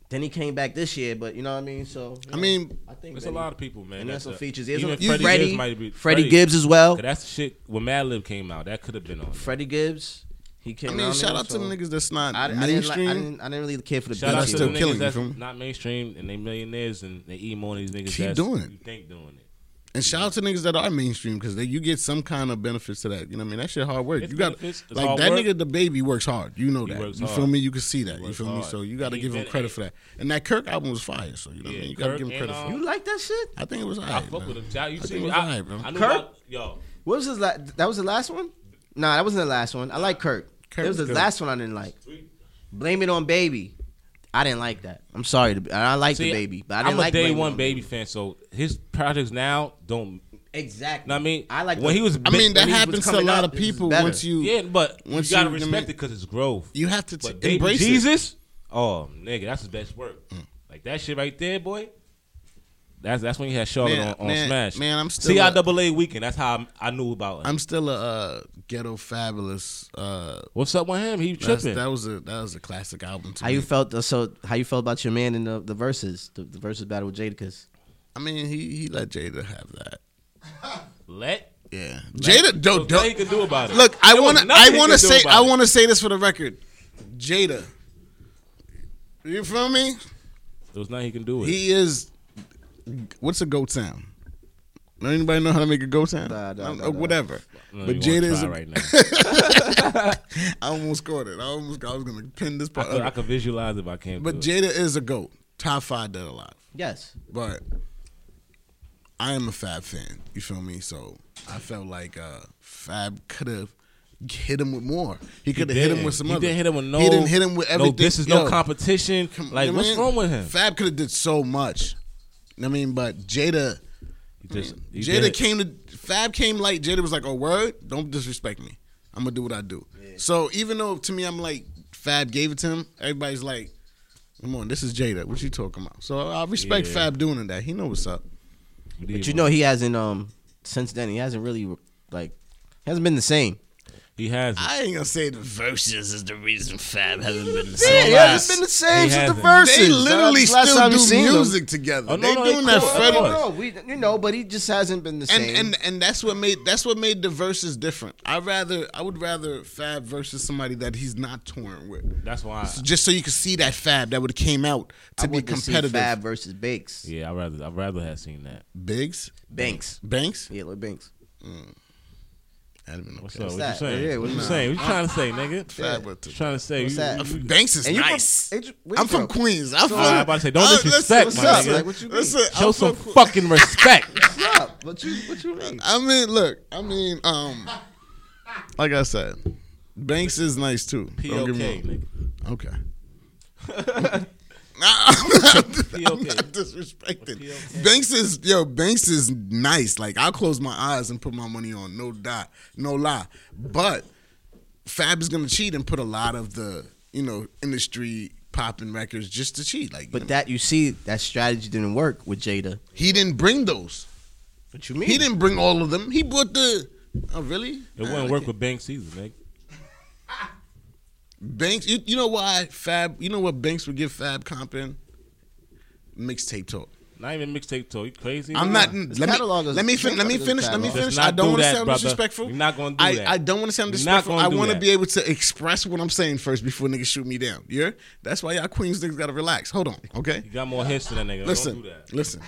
Then he came back this year, but you know what I mean. So you
I
know,
mean,
I think
It's a
Benny-
lot of people, man.
and there's
That's
some
a-
features. There's
even
a,
Freddie,
Freddie,
Gibbs might be
Freddie Gibbs as well.
'Cause That's the shit when Madlib came out. That could have been on. there.
Freddie Gibbs. He came.
I mean,
out
shout
there,
out to
so-
the niggas that's not
I, I, didn't like, I,
mainstream.
didn't, I didn't really care for the
Shout out
beat.
that's
to
shit.
the
still
niggas
killing you,
that's
fam.
not mainstream and they millionaires and they eat more than these niggas.
Keep
that's,
doing it.
You think doing it?
And shout out to niggas that are mainstream because you get some kind of benefits to that. You know what I mean? That shit hard work.
It's
you got
benefits, it's
like
hard
that
work.
nigga the baby works hard. You know
He
that.
works
You feel
hard.
me? You can see that. You
works
feel me?
hard.
So you got to
He
give him
did it.
credit for that. And that Kirk album was fire. So you know what I
Yeah,
mean? You got to
Kirk
give him
and,
credit
uh,
for. it.
You like that shit?
I think it was.
I
alright,
fuck
man.
with him. Jai, You
I
see,
think it
me?
was
I,
alright, bro.
I knew
Kirk?
about, yo,
What was his last? That was the last one? Nah, that wasn't the last one. I like Kirk.
Kirk
it was the
was good.
last one I didn't like.
three-
Blame it on baby. I didn't like that. I'm sorry. To, I like
see,
the baby, but I didn't
I'm
like
a day
Blame It
one
On
baby fan, so his projects now don't.
Exactly.
Know what I mean,
I like
when he was.
I mean, that
when he was
happens to a
coming
lot
up,
of
it was
people
better.
once you
yeah, but
once
you gotta
you- I mean-
respect it because it's growth.
you have to t-
But baby
embrace it. Mm.
Jesus, oh nigga, that's his best work. Like that shit right there, boy. That's that's when he had Charlotte
Man,
on, on
man,
Smash.
man, I'm still a-
CIAA weekend. That's how I'm- i knew about him.
I'm still a uh, ghetto fabulous. Uh,
What's up with him? He
that's,
tripping.
that was a that was a classic album. To
How
me.
you felt? So how you felt about your man in the the verses, the, the verses battle with Jadakiss?
I mean, he he let Jada have that.
Let
Yeah, Jada.
so
Don't,
what he
don't
could do about it.
look. I
There was
want to.
nothing
I
he
want to
could do
say.
about
I
it.
want to say this for the record. Jada. You feel me?
There was nothing he can do. With. it.
He is. What's a goat sound? Don't anybody know how to make a goat sound?
Nah, nah,
I don't-
nah, nah.
whatever.
No,
but
you
Jada
wanna
is.
try
A,
right now.
I almost caught it. I almost. I was gonna pin this
I
part.
could, I
up.
could visualize if I can't.
But
do it.
Jada is a goat. Top five dead alive.
Yes.
But I am a Fab fan. You feel me? So I felt like uh, Fab could have hit him with more. He could have hit him
didn't.
with some
He
other.
didn't hit him with no.
He didn't hit him with everything.
No, this is no
Yo,
competition.
come-
like,
you know
what's
what I mean?
wrong with him?
Fab could have did so much. You know what I mean, but Jada,
He just, he
Jada
did.
came to Fab came like Jada was like, "Oh word, don't disrespect me. I'm gonna do what I do." So even though to me I'm like Fab gave it to him, everybody's like, "Come on, this is Jada. What you talking about?" So I respect
Yeah.
Fab doing that. He know what's up.
He
But
did,
you know he hasn't um since then he hasn't really like he hasn't been the same.
he has. it.
I ain't gonna say the verses is the reason Fab hasn't been the
Yeah,
same.
he hasn't been the same
He
since the
hasn't.
verses.
They literally
That's the last
still
time you
do
seen him.
music together.
Oh, no,
they
no,
doing
of
that
course.
I
Freddie.
don't
Fred-
know. We, you know, but he just hasn't been the
And,
same.
and and that's what made that's what made the verses different. I rather I would rather Fab versus somebody that he's not touring with.
That's why. I,
So just so you could see that Fab that would have came out to
I
be
want to see
competitive.
Fab versus Banks.
yeah, I rather I rather have seen that.
Biggs,
Banks.
Banks.
Yeah, look Banks.
That'd have been
What's
okay.
up? What
that?
you saying?
Yeah,
what
what
you
you-
saying? What you trying to say, nigga?
Fab with the-
You trying to say?
What's
you-
that?
you-
Banks is
you from-
nice.
and you- where
I'm
you
from
from?
Queens. I'm from.
I was about to say, don't
Uh, listen,
disrespect,
what's
my
up?
nigga.
Like,
what you mean?
Listen, I'm
show some
from Que-
fucking respect.
What's up? What you what you mean?
I mean, look, I mean, um, like I said, Banks is nice too. Don't get
P.O.K.,
me wrong.
nigga.
Okay. Nah, I'm not, I'm
P.O.K..
not disrespecting.
P.O.K..
Banks is yo. Banks is nice. Like I'll close my eyes and put my money on. No die, no lie. But Fab is gonna cheat and put a lot of the you know industry popping records just to cheat. Like,
But that you see, that strategy didn't work with Jada.
he didn't bring those.
What you mean?
He didn't bring all of them. He brought the. Oh really?
It wouldn't work with Banks either, nigga.
Banks, you, you know why Fab? You know what Banks would give Fab comp in? Mixtape talk.
Not even mixtape talk. You crazy?
I'm
nigga?
not.
His
Let
catalog
me,
is-
let me fin-
his
let me
catalog is
finish. Let me
catalog.
finish.
Let's
I
not
don't
do
want to
that,
sound
brother.
disrespectful.
We're not gonna do
I,
that.
I don't want to sound
We're not
disrespectful.
gonna
I
do
want to
that.
be able to express what I'm saying first before niggas shoot me down. Yeah, that's why y'all Queens niggas gotta relax. Hold on, okay?
You got more hits than that nigga.
Listen,
Don't do that.
listen.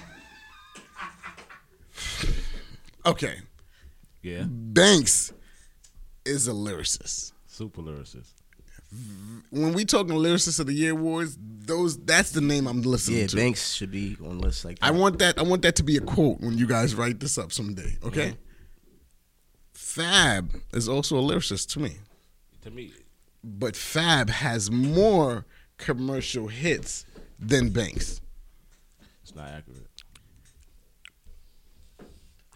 Okay,
Yeah.
Banks is a lyricist.
Super lyricist.
When we talking lyricist of the year awards, those that's the name I'm listening
Yeah,
to.
Banks should be on lists like that.
I want that. I want that to be a quote when you guys write this up someday. Okay. Fab is also a lyricist to me,
To me,
but Fab has more commercial hits than Banks.
it's not accurate.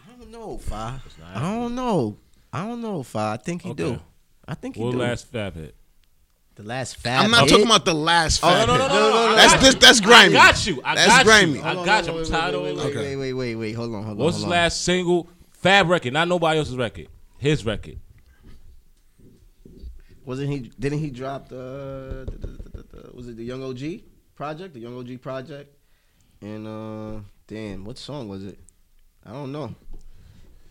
I don't know, Fa.
not
I don't know. I don't know, Fa. I think he do.
Okay.
I think he
What
do.
last fab hit?
the last Fab.
I'm not
hit?
talking about the last Fab.
Oh, no, no,
hit.
no, no, no, no,
That's
no.
this. That's grimy.
I got you. I
that's
got
grimy.
you. I
Hold on, hold
got you. I'm
on,
tired
wait,
of
wait,
it.
wait, wait, wait, wait, wait. Hold on, hold on.
What's his
hold on.
last single? Fab record, not nobody else's record. His record.
Wasn't he? Didn't he drop the, the, the, the, the- Was it the Young OG project? The Young OG project. And uh, damn, what song was it? I don't know.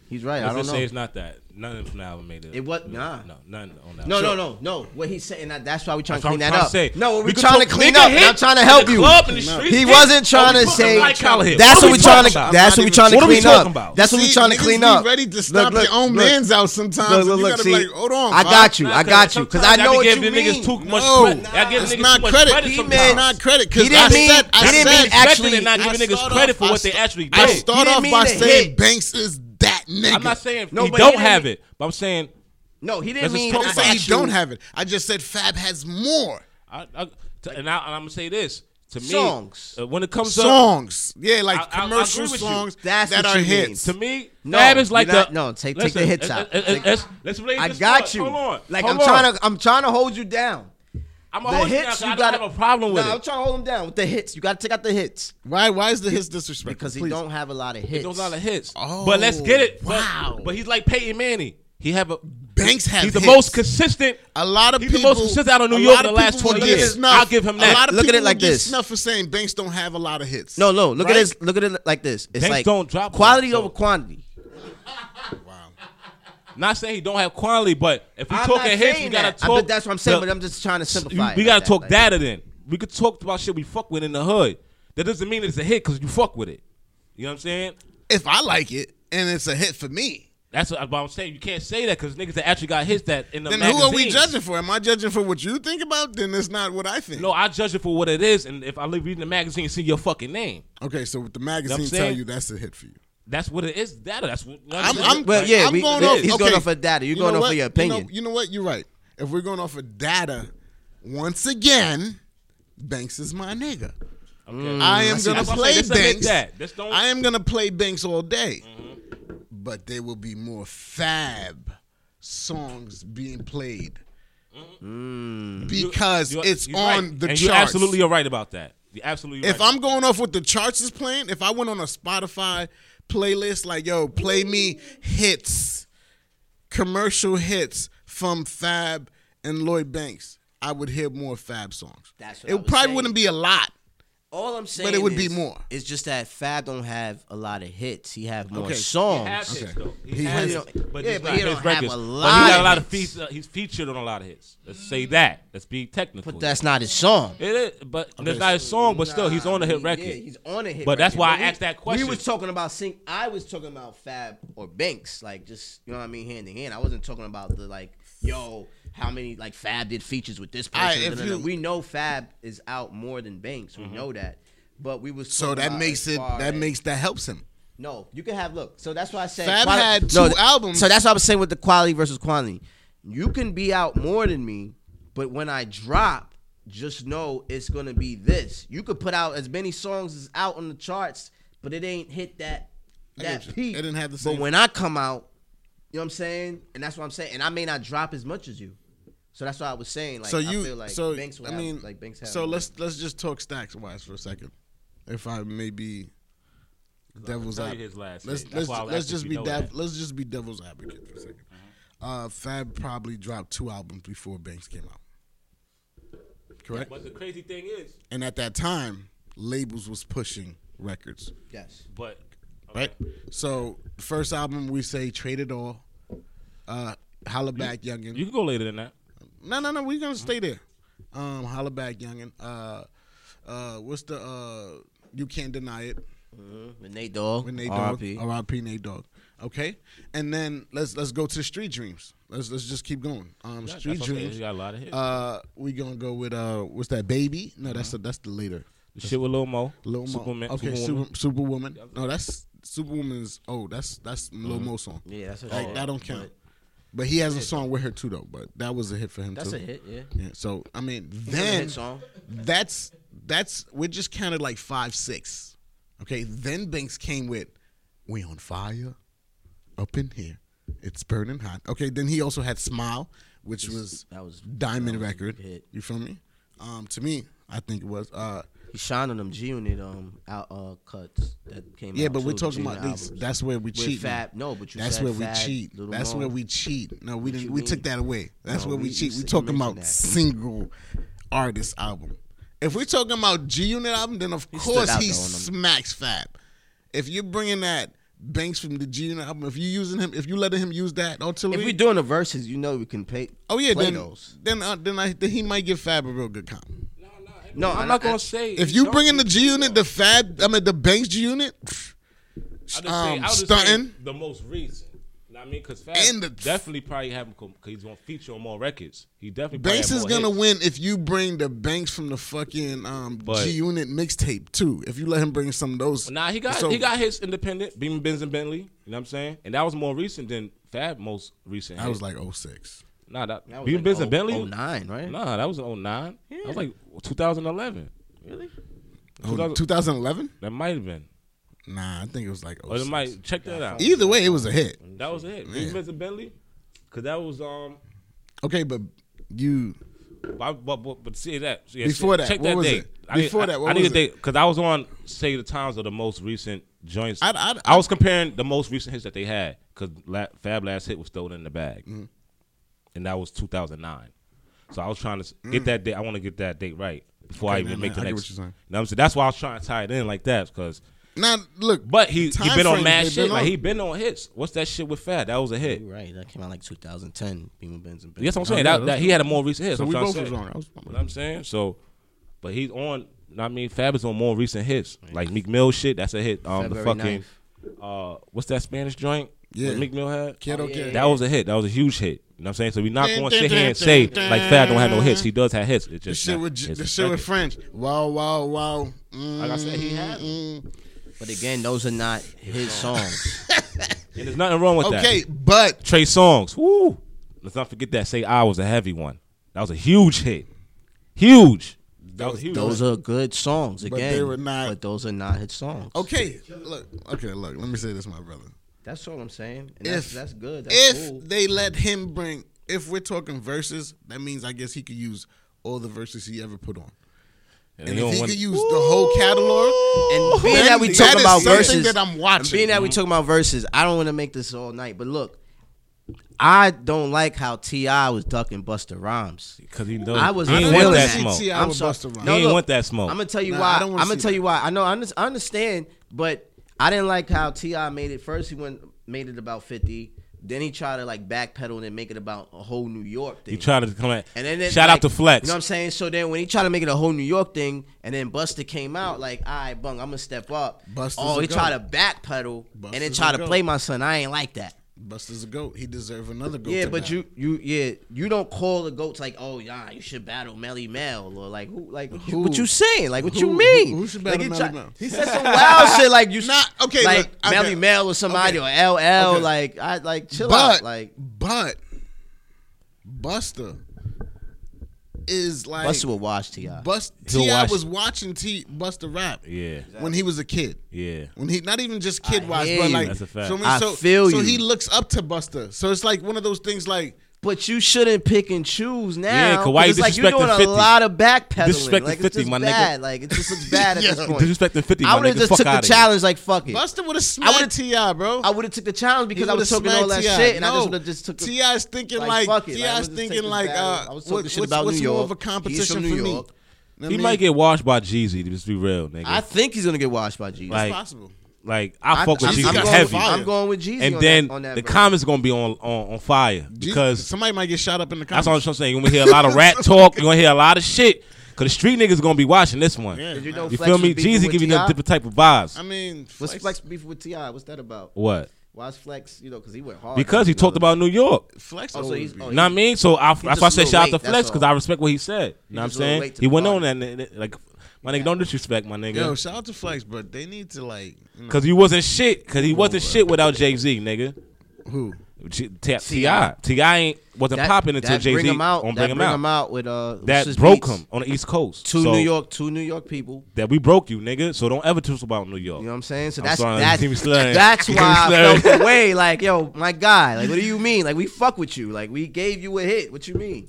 He's right. I
Let's
don't
just
know.
say it's not that. None from the album made it.
It was- nah.
No, none on that.
No, no, no, no. What he's saying, that, that's why we trying
That's
to
what
clean
I'm
that up.
trying to say.
No,
We
we
could
trying to
put- we
clean
could
up.
hit
and I'm trying to
in
help
the
you.
club, in the streets,
he
hit.
wasn't trying
Oh, we
to
putting
say.
the white collar here.
That's
What are
what
we
we trying to.
talking about?
That's what
I'm
we
not
trying to
even- What are we
clean up.
talking about?
That's what we
See,
trying to
niggas
clean
be
up.
ready to stop their own mans out sometimes,
Look,
and
look,
you
look,
gotta be
see,
like, hold on,
I
Bob.
got you.
Nah,
I got you because I
sometimes
know
y'all
what
be
you
giving
mean.
the niggas too much
No.
credit. Y'all giving
It's
niggas
not
too much
credit.
credit
He
meant-
sometimes.
not credit because
He didn't
I
mean-
said, I
he didn't
said,
mean actually-
and not
I
giving niggas
start
credit
off-
for
I
what they
start-
actually
I
Hey,
did.
he
start
didn't
off
mean
by
to
saying
hit.
Banks is that nigga.
I'm not saying
No,
he
but
don't
he
have
didn't-
it, but I'm saying
No, he didn't
Let's just
mean.
talk
I
about
said he
actual-
don't have it. I just said Fab has more
I, I, t- and, I, and I'm gonna say this to me.
Songs.
uh, when it comes up
songs. Yeah, like
I- I- I
commercial
agree with you.
songs
That's
that
what
are
you mean.
hits.
to me,
No,
Fab is like
you're not-
the
no, take- take the hits out.
Let's, let's,
Take-
uh, let's, let's relate
I
this
got
thought.
you.
Hold on.
Like
Hold
I'm
on.
trying to. I'm trying to hold you down.
I'm
The
a
hits you
I
got
don't have a problem with
Nah, I'm
it.
trying to hold him down with the hits. You got to take out the hits
Why? Why is the hits disrespectful?
because he
Please.
don't have a lot of hits.
Those are the hits.
Oh,
but let's get it. But,
wow.
But he's like Peyton Manning. He have a
Banks has
He's the
hits.
most consistent.
Uh,
A lot of
He's the
people.
most consistent out of New
a
York
lot
in
of
the last
people
20
will get
years.
snuffed.
I'll give him
A lot
that.
of
Look at
people
it like
will get
this.
snuffed for saying Banks don't have a lot of hits.
No, no. Look
Right?
at this. Look at it like this. It's
Banks
like
don't drop
quality
one, so-
over quantity.
Not saying he don't have quality, but if we
I'm
talking
not
hits,
saying
we gotta
that. I-
talk.
but that's what I'm saying.
the-
but I'm just trying to
You-
simplify. it
we
like
gotta
that,
talk
like-
data then. We could talk about shit we fuck with in the hood. That doesn't mean it's a hit because you fuck with it. You know what I'm saying?
If I like it and it's a hit for me,
That's what, what I'm saying. You can't say that because niggas that actually got hits that in the
then who are we
magazines.
judging for? Am I judging for what you think about? Then it's not what I think.
No, I judge it for what it is, and if I leave reading the magazine and see your fucking name,
Okay, so what the
You know
magazine
what I'm
tell
saying?
you that's a hit for you.
that's what it is. Data. That's what.
I'm,
that's
I'm,
it.
Well, yeah,
I'm
we-
going
it
off.
is. He's
okay.
going off of data. You're
You
going
know
off of
what?
your
You
opinion.
know, you know what? You're right. If we're going off of data, once again, Banks is my nigga.
Mm-hmm.
I am
see.
gonna
That's what I'm
play
saying. Let's admit
Banks.
that. Let's don't-
I am gonna play Banks all day,
Mm-hmm.
but there will be more Fab songs being played
Mm-hmm.
because
You're-
it's
you're
on
right.
the
and
charts.
You're absolutely right about that. You're absolutely.
If
right.
I'm going off what the charts is playing, if I went on a Spotify playlist, like yo, play me hits, commercial hits from Fab and Lloyd Banks, I would hear more Fab songs.
That's what
it
I was
probably
saying.
wouldn't be a lot.
All I'm saying,
would be
is-
more.
It's just that Fab don't have a lot of hits. He have more
Okay.
He has
songs.
hits, though. He,
He
has,
has-
hits, but
yeah,
just
but
not
he
his
don't have
records.
a
But
lot
he got a
of
lot of
hits.
feats. uh, he's featured on a lot of hits. Let's say that. Let's be technical.
But that's not his song.
It is, but that's not his song. But still, he's on the hit
Nah,
record.
he- yeah, he's on a hit.
But that's
record.
why I
we-
asked that question.
We was talking about sing. I was talking about Fab or Banks, like just you know what I mean, hand in hand. I wasn't talking about the like, yo, how many like Fab did features with this person.
Alright, if
da-da-da.
you- Mm-hmm.
we know Fab is out more than Banks. We know that. But we was
So
talking
that
about
makes
as
it.
far
That
as-
makes that helps him.
no. You can have look. So that's why I said
Fab had two
th-
albums.
So that's what I was saying with the quality versus quantity. You can be out more than me, but when I drop, just know it's gonna be this. You could put out as many songs as out on the charts, but it ain't hit that
I
that
get you.
peak.
It didn't have the
But
same-
when I come out, you know what I'm saying, and that's what I'm saying, and I may not drop as much as you. So that's why I was saying. Like,
so you.
I feel like
so
Banks would
I
have,
mean,
like Banks. Have
so
more.
let's let's just talk stacks wise for a second, if I may be devil's
tell you
advocate.
his last
let's
name. That's
let's,
why I was
let's
asking
just
if
be
you know
dev,
that. Mm-hmm.
let's just be devil's advocate for a 2nd Uh, Fab probably dropped two albums before Banks came out, correct?
But the crazy thing is,
and at that time, labels was pushing records,
yes.
but
right? So first album we say Trade It All, uh, Holla Back Youngin.
you can go later than that.
No, no, no. We're gonna stay there. Um, holla back, youngin. Uh, uh, what's the uh? You can't deny it.
With Nate Dogg,
When they dog,
R.I.P.
R.I.P. Nate Dog. Okay, and then let's let's go to Street Dreams. Let's let's just keep going. Um,
That's
Street
what I'm saying. He
Dreams.
got a lot of hits.
Uh, we gonna go with uh, what's that? Baby? No, that's the that's the later.
the shit with Lil Mo,
Lil Mo.
Superman,
okay,
Superwoman.
Super, Superwoman. No, that's Superwoman's. Oh, that's that's Lil
Mm-hmm.
Mo song.
Yeah, that's a
Like,
hit,
that don't count. But he has a song with her too, though. But that was a hit for him.
That's
too.
a hit. Yeah.
Yeah, so I mean,
a hit
then
song.
that's that's we're just counted like five, six. Okay, then Banks came with "We on Fire," up in here, it's burning hot. Okay, then he also had "Smile," which was
that was-
Diamond
that was a
record.
big hit.
You feel me? Um, to me, I think it was. Uh,
He shined on them G Unit um out uh cuts that came out.
yeah, but
too,
we're
the
talking
G
about
Unit
these.
albums.
That's where we
With
cheat. now.
Fab- no, but you
that's
said
where we
Fab,
cheat.
Lil
That's
Mo.
where we cheat. No, we didn't.
you
We
mean?
took that away. That's
No,
where we,
we- you
cheat.
said-
We
you
talking
mentioned
about
that.
single artist album. If we're talking about G Unit album, then of
He stood
course
out
he
though on them.
smacks Fab. If you're bringing that Banks from the G Unit album. If you using him, if you letting him use that artillery,
If we're doing the verses, you know we can pay.
oh yeah,
play
then
those.
then uh, then I then he might give Fab a real good comp.
No,
I'm
I-
not gonna
I-
say
If you
don't
bring in the
do-
G Unit, the Fab, I mean the Banks G Unit,
I just say-
um,
I just say
stunting.
the most reason. Know what I mean, because Fab
And the-
definitely probably have him because he's gonna feature on more records. He definitely probably
Banks
have
is
more
gonna
hits.
win if you bring the Banks from the fucking um,
But-
G Unit mixtape too. If you let him bring some of those,
Nah, he got
So-
he got his independent Beam Benz and Bentley. You know what I'm saying? And that was more recent than Fab most recent.
I
hit.
was like oh, 06.
nah, that,
That was
Beam
like
Benz
oh-
and Bentley.
oh nine, right?
Nah, that was in 09. That was
Yeah.
like 2011.
Really?
Hold on, 2011?
That might have been,
Nah, I think it was like 06.
or it might check that out.
Either way, it was a hit.
That was it. Beam Benz and Bentley. Cause that was um.
Okay, but you
But, but, but, but see that yeah,
Before
shit.
that,
check
what
that
was
date.
it?
I need-
Before
I-
that, what
I need
was
a date because I was on say the times of the most recent joints.
I-
I,
I-
was comparing the most recent hits that they had because la- Fab Last Hit was stolen in the bag,
Mm-hmm.
and that was 2009. So I was trying to s- get that date. I want to get that date right before I
Mm. Okay,
even
man,
make the
I get
next.
what you're
you know
saying.
what I'm saying that's why I was trying to tie it in like that because.
now look,
But he he
time
been on
frames
mad
they've
shit.
been
Like
on.
he been on hits. What's that shit with Fab? That was a hit.
You're right. That came out like 2010. Beam and Benz and Bentley.
Yes, I'm saying
yeah,
that,
those
that he had a more recent hit. So
So we
we
both was
saying.
wrong. I was-
You know what I'm saying? So, but he's on. know what I mean, Fab is on more recent hits like Meek Mill shit. That's a hit. Um, the
February
fucking uh, what's that Spanish joint?
Yeah.
what Meek Mill had.
Oh,
Quiero que-
That was a hit. That was a huge hit. You know what I'm saying? So we not going to sit here and say like Fab don't have no hits. He does have hits. It's
the
just
shit
not-
with J-
it's
the shit with
expected.
French. Wow, wow, wow. Mm,
Like I said, he had it.
mm.
But again, those are not his songs.
And there's nothing wrong with that.
Okay, but
Trey Songs. Woo. Let's not forget that. Say I was a heavy one. That was a huge hit. Huge. That was a huge.
those are good songs.
But
Again,
they were not-
But those are not his songs.
okay, look, okay, look. Let me say this, my brother.
That's all I'm saying. And
If
that's, that's good. That's
if
cool.
they let him bring, if we're talking verses, that means I guess he could use all the verses he ever put on. And
he
if
don't
he
want-
could use the whole catalog,
And being
Oh, That-
that we
that
talking
is
about
something
verses,
that I'm watching.
Being that we talking about verses, I don't want to make this all night. But look, I don't like how Ti was ducking Buster Rhymes.
Because he knows
I was
he
I
ain't
don't
want
wanna
that
see
smoke.
T.I.
I'm
with
sorry.
Buster Rhymes.
He ain't want that smoke.
I'm gonna tell you
Nah,
why.
I
I
don't
am
wanna
gonna
see
tell you why. I know. I under- I understand, but I didn't like how Ti made it. First, he went made it about 50. Then he tried to like backpedal and make it about a whole New York thing.
You trying to come at?
And then it,
shout
like,
out to Flex.
You know what I'm saying? So then when he tried to make it a whole New York thing, and then Buster came out like, "All right, bung, I'm gonna step up."
Buster's
oh,
a
he
go.
tried to backpedal and then
Buster's
try
a
to
go.
play my son. I ain't like that.
Buster's a goat. He deserves another goat.
yeah,
to
but
battle.
you, you, yeah, you don't call the goats like, "Oh, yeah, you should battle Melly Mel," or like, "Who, like, what you, what
Who?
you saying? Like, what you
Who-
mean?"
who- who should
Like,
battle
he
Melly
tried-
Mel?
He said some wild shit like you,
Nah, okay,
like
look, okay.
Melly Mel or somebody
Okay.
or LL,
Okay.
like, I like chill
but
out, like,
but Buster is like
Buster will watch Ti.
Bust
He'll
Ti
watch-
was watching T Buster rap.
Yeah.
when he was a kid.
yeah.
When he not even just kid wise,
hear
but
you.
like
That's a fact.
So, mean,
I
so-
feel
so
you.
he looks up to Buster. So it's like one of those things like
But you shouldn't pick and choose now.
Yeah, 'cause why you
it's like you're
disrespecting
doing
50?
a lot of backpedaling.
Disrespecting
Like,
50,
it's just
my nigga.
bad. Like it just looks bad at
Yeah.
this point.
Disrespecting 50,
I
my
would have
nigga.
just
Fuck
took the
outta here.
challenge. Like fuck it.
Buster would have
would've-
smacked Ti, bro.
I would have took the challenge because
He
I was
would've
talking all that
smacked T.I.
shit, and I
No.
just would have just took. The,
Ti is thinking
like,
like,
fuck it. Like, I
Ti is
was just
thinking
taking
like
battle.
uh,
I was talking
what-
shit
what's,
about
what's
New
more
York.
of a
He's from
competition
New
for me?
York.
Know what I
He
mean?
might get washed by Jeezy. Just be real, nigga.
I think he's gonna get washed by Jesus.
Like,
It's possible.
like I,
I,
fuck with
am
Jeezy
I'm, going,
heavy,
fire.
I'm going with Jesus.
and
on
then
that, on that
the
verse.
comments gonna be on on, on fire because
somebody might get shot up in the
that's
comments.
all I'm saying. You're gonna hear a lot of rat talk. You're gonna hear a lot of shit. Cause the street niggas gonna be watching this one.
Yeah.
Did you know
You
Flex
feel me?
was beefing
Jeezy
with
give you them
T.I.?
different type of vibes.
I mean,
What's
Flex-
Flex beef with Ti? What's that about?
what?
Why's Flex? You know, because he went hard.
Because he
You know,
talked about New York.
Flex.
Oh, so
always
he's-
be-
oh,
You know what I mean? So I, that's why I
just a
said
little
shout out
late,
to Flex
that's
because
all.
I respect what he said. You know what I'm
just a little
saying?
late to
He
the
went on
party.
that nigga, like my nigga. Don't disrespect my nigga.
Yo, shout out to Flex, but they need to like you know,
Cause you wasn't shit. Cause he wasn't shit without Jay Z, nigga.
who?
G- T- Ti Ti ain't wasn't
that-
popping until
that
Jay
Bring
Z
him out.
on
that
Bring Him Out.
with uh
That
Lucius
broke
Beats.
him on the East Coast.
Two
So,
New York, two New York people.
That we broke you, nigga. So don't ever talk about New York.
You know what I'm saying? So
I'm
that's
sorry,
that's,
you keep slurring.
that's
You
why
keep
I
slurring.
felt the way. Like, yo, my guy, like, what do you mean? Like, we fuck with you. Like, we gave you a hit. What you mean?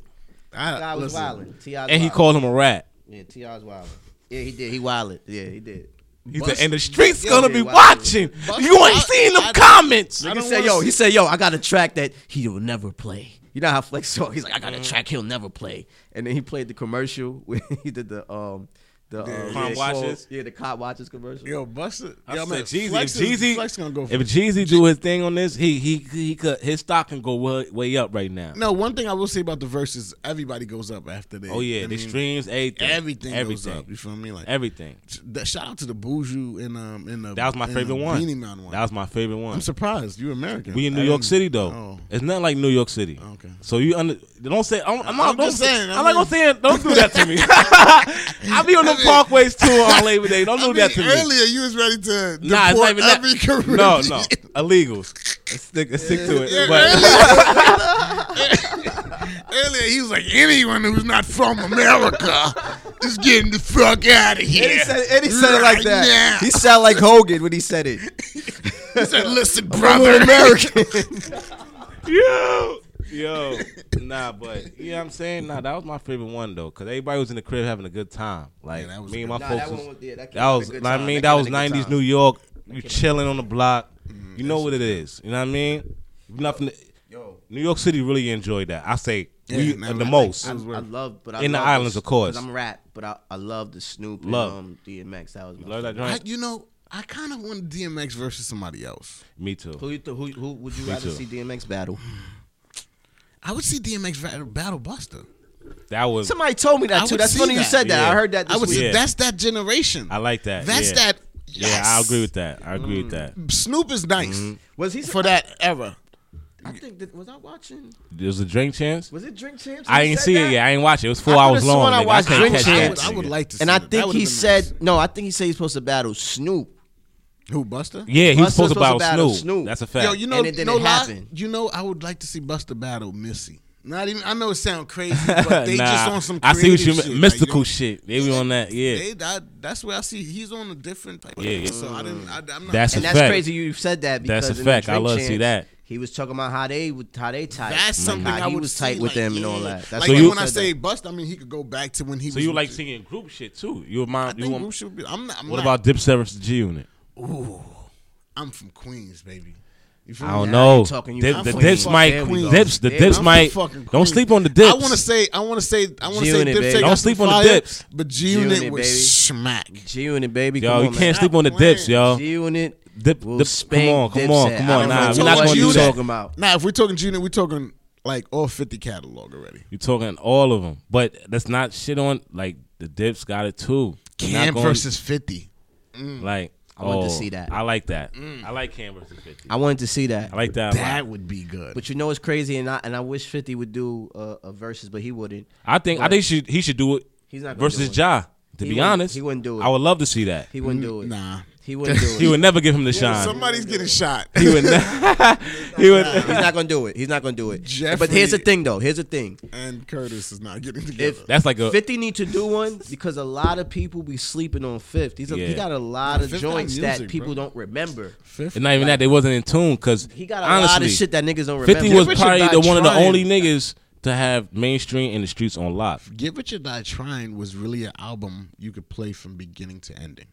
I,
Guy was
listen,
wilding. Ti
Uh, and he called him a rat.
Yeah, Ti's wilding. Yeah, he did. He wilded. Yeah, he did.
He said,
Bust-
and the streets
Yo,
gonna
yeah,
be
wow.
watching.
Bust-
you ain't
I-
seen them
I-
comments.
I
He
don't
said,
wanna
yo,
s-
he said, yo, I got a track that he'll never play. You know how
Mm-hmm.
Flex talk? He's like, I got a track he'll never play. And then he played the commercial where he did the um. The uh,
Yeah.
Crime
yeah,
watches.
quote- Yeah, the cop watches commercial.
Yo, Buster.
I
yo,
said
man,
Jeezy.
Flex
if
is-
Jeezy,
Flex gonna go.
if Jeezy do his thing on this, he he he could his stock can go way, way up right now.
no, one thing I will say about the verse is everybody goes up after they.
oh yeah,
I
the
mean,
streams, everything,
Everything,
everything,
goes up. You feel me? Like
everything.
that, shout out to the Buju and um and the
That was my
and
favorite
the
one.
Beanie Man one.
That was my favorite one.
I'm surprised you American.
We in New
I
York
didn't-
City though.
Oh.
It's not like New York City.
Okay.
So you under, don't say I'm, I'm not
I'm
don't
just
say-
saying, I
I'm not gonna
mean-
say it. Don't do that to me. I be on the Parkways too on Labor Day. Don't
I
do
mean,
that to me.
Earlier, you was ready to
Nah, it's not
deport
even that.
every Caribbean.
No, no, illegals. Let's stick, let's stick to
Yeah,
it. But
Earlier, he was like, anyone who's not from America is getting the fuck out of here.
And he said, it- and he said it like
Right
that.
now.
He sounded like Hogan when he said it.
He said, listen, brother. American.
yo, yo, nah, but yeah, I'm saying nah. That was my favorite one though, cause everybody was in the crib having a good time. Like
Yeah, that was
me and
a
my
good-
folks.
that
was,
one was- yeah, that came
that
out
was
a good
I
time.
mean,
That
that
came
was
out a good
'90s
time.
New York. You chilling on the block.
Mm-hmm.
You know what it is. You know what I mean? Nothing.
Yo,
New York City really enjoyed that. I say we,
Yeah, no,
the
I-
most.
I, I love, but I
In the
love
islands,
this-
of course.
'cause I'm rap, but I, I love the Snoop
Love.
and um, DMX. That was my
Love that
favorite.
joint.
you know, I kind of want DMX versus somebody else.
Me too.
Who, you th- who, who would you
Me
rather
too.
see DMX battle?
I would see DMX battle, battle Buster.
That was.
Somebody told me that
I
too.
would
That's
see
funny you
that.
said that.
Yeah.
I heard that. This
I would
week.
say
Yeah.
that's that generation.
I like that.
That's
yeah.
that.
Yeah, I agree with Mm-hmm. that. I agree with
Mm.
that.
that. Snoop is nice
Was he
for that era.
I think that, was I watching?
There's a drink chance.
Was it Drink Champs?
I
who
ain't
said
see
that?
it yet. I ain't watch it. It was four
I
hours
could've
long.
sworn I
nigga. I
watched
can't
Drink
catch
Champ.
I
that.
would, I
nigga.
would like to. See
And I
that.
think
That
he
would've been
said
nice.
no. I think he said he's supposed to battle Snoop.
"Who Buster?"
Yeah, he
Busta
was supposed to
was supposed to
battle
battle
Snoop.
Snoop.
That's a fact.
Yo, you know,
And it didn't
no lie,
happen.
you know, I would like to see Buster battle Missy. Not even. I know it sounds crazy, but they
nah,
just on some.
I see what
creative
you mean.
shit. like,
Mystical
yo,
shit. They be on that. Yeah.
They, that, that's where I see he's on a different. Type
Yeah, yeah.
So I didn't. I, I'm not.
That's
And
a
that's
fact.
crazy you said that because
That's a
in the
fact. I
Drink
love to see
Champs,
that.
He was talking about how they would how they tight.
that's
Like,
something
how
I
he
would
was
see,
tight with
like,
them and all
yeah.
that. That's
like
why
you-
when I
said
say
that.
Buster, I mean he could go back to when he.
So
was
you
with
like
the-
singing group shit too. You mind?
I
You
think
want,
Group should be. I'm not. I'm
what
not,
about Dip Service G Unit?
I'm from Queens, baby. You feel
I
me?
don't
I
know.
ain't talking you.
Dip-
I'm
the
from
dips
fucking
might.
Queens. There we go.
Dips. The
Yeah,
dips
I'm from
might.
fucking
Don't
Queens.
sleep on the dips.
I want to say, I want to say, I want to say,
G-Unit,
Dipset
baby.
got
Don't
some
sleep on the
fire,
dips.
But G Unit
G-Unit,
was
baby.
smack.
G Unit baby.
Yo,
come
you
on,
can't
man.
sleep on the dips, yo.
G Unit.
Dip,
will
dip, come
spank
on, come on,
Dipset.
come
I
on.
don't know
Nah,
what
we're
you
not
want
going to
you
do
to-
that.
talking about.
Now, if we're talking G Unit, we're talking like all fifty catalog already.
You're talking all of them, but that's not shit on. Like the dips got it too. They're not
Cam
going-
versus fifty.
like. I
wanted to see that.
I like that. I like Cam versus Fifty.
I wanted to see that.
I like that. a lot.
Mm. That would be good.
But you know it's crazy, and I and I wish Fifty would do uh, a versus, but he wouldn't.
I think I
But-
think should he should do it.
He's not gonna
versus
do it.
Ja.
He
To be
wouldn't-
honest,
he wouldn't do it.
I would love to see that.
He wouldn't do it.
Mm, Nah.
he wouldn't do it.
He would never give him the shine.
Somebody's getting shot.
He would. ne- he would.
He's not gonna do it. He's not gonna do it.
Jeffrey-
But here's the thing, though. Here's the thing.
and Curtis is not getting together.
If
That's like a.
Fifty need to do one because a lot of people be sleeping on Fifth. He's a,
Yeah.
he got a lot of
Fifth got
joints
music,
that people
bro.
don't remember.
It's not even that they wasn't in tune because
He got a
honestly,
lot of shit that niggas don't remember.
Fifty was
Richard
probably
died
the one of the
trying.
only niggas to have mainstream in the streets on lock.
Get Rich or Die Trying was really an album you could play from beginning to ending.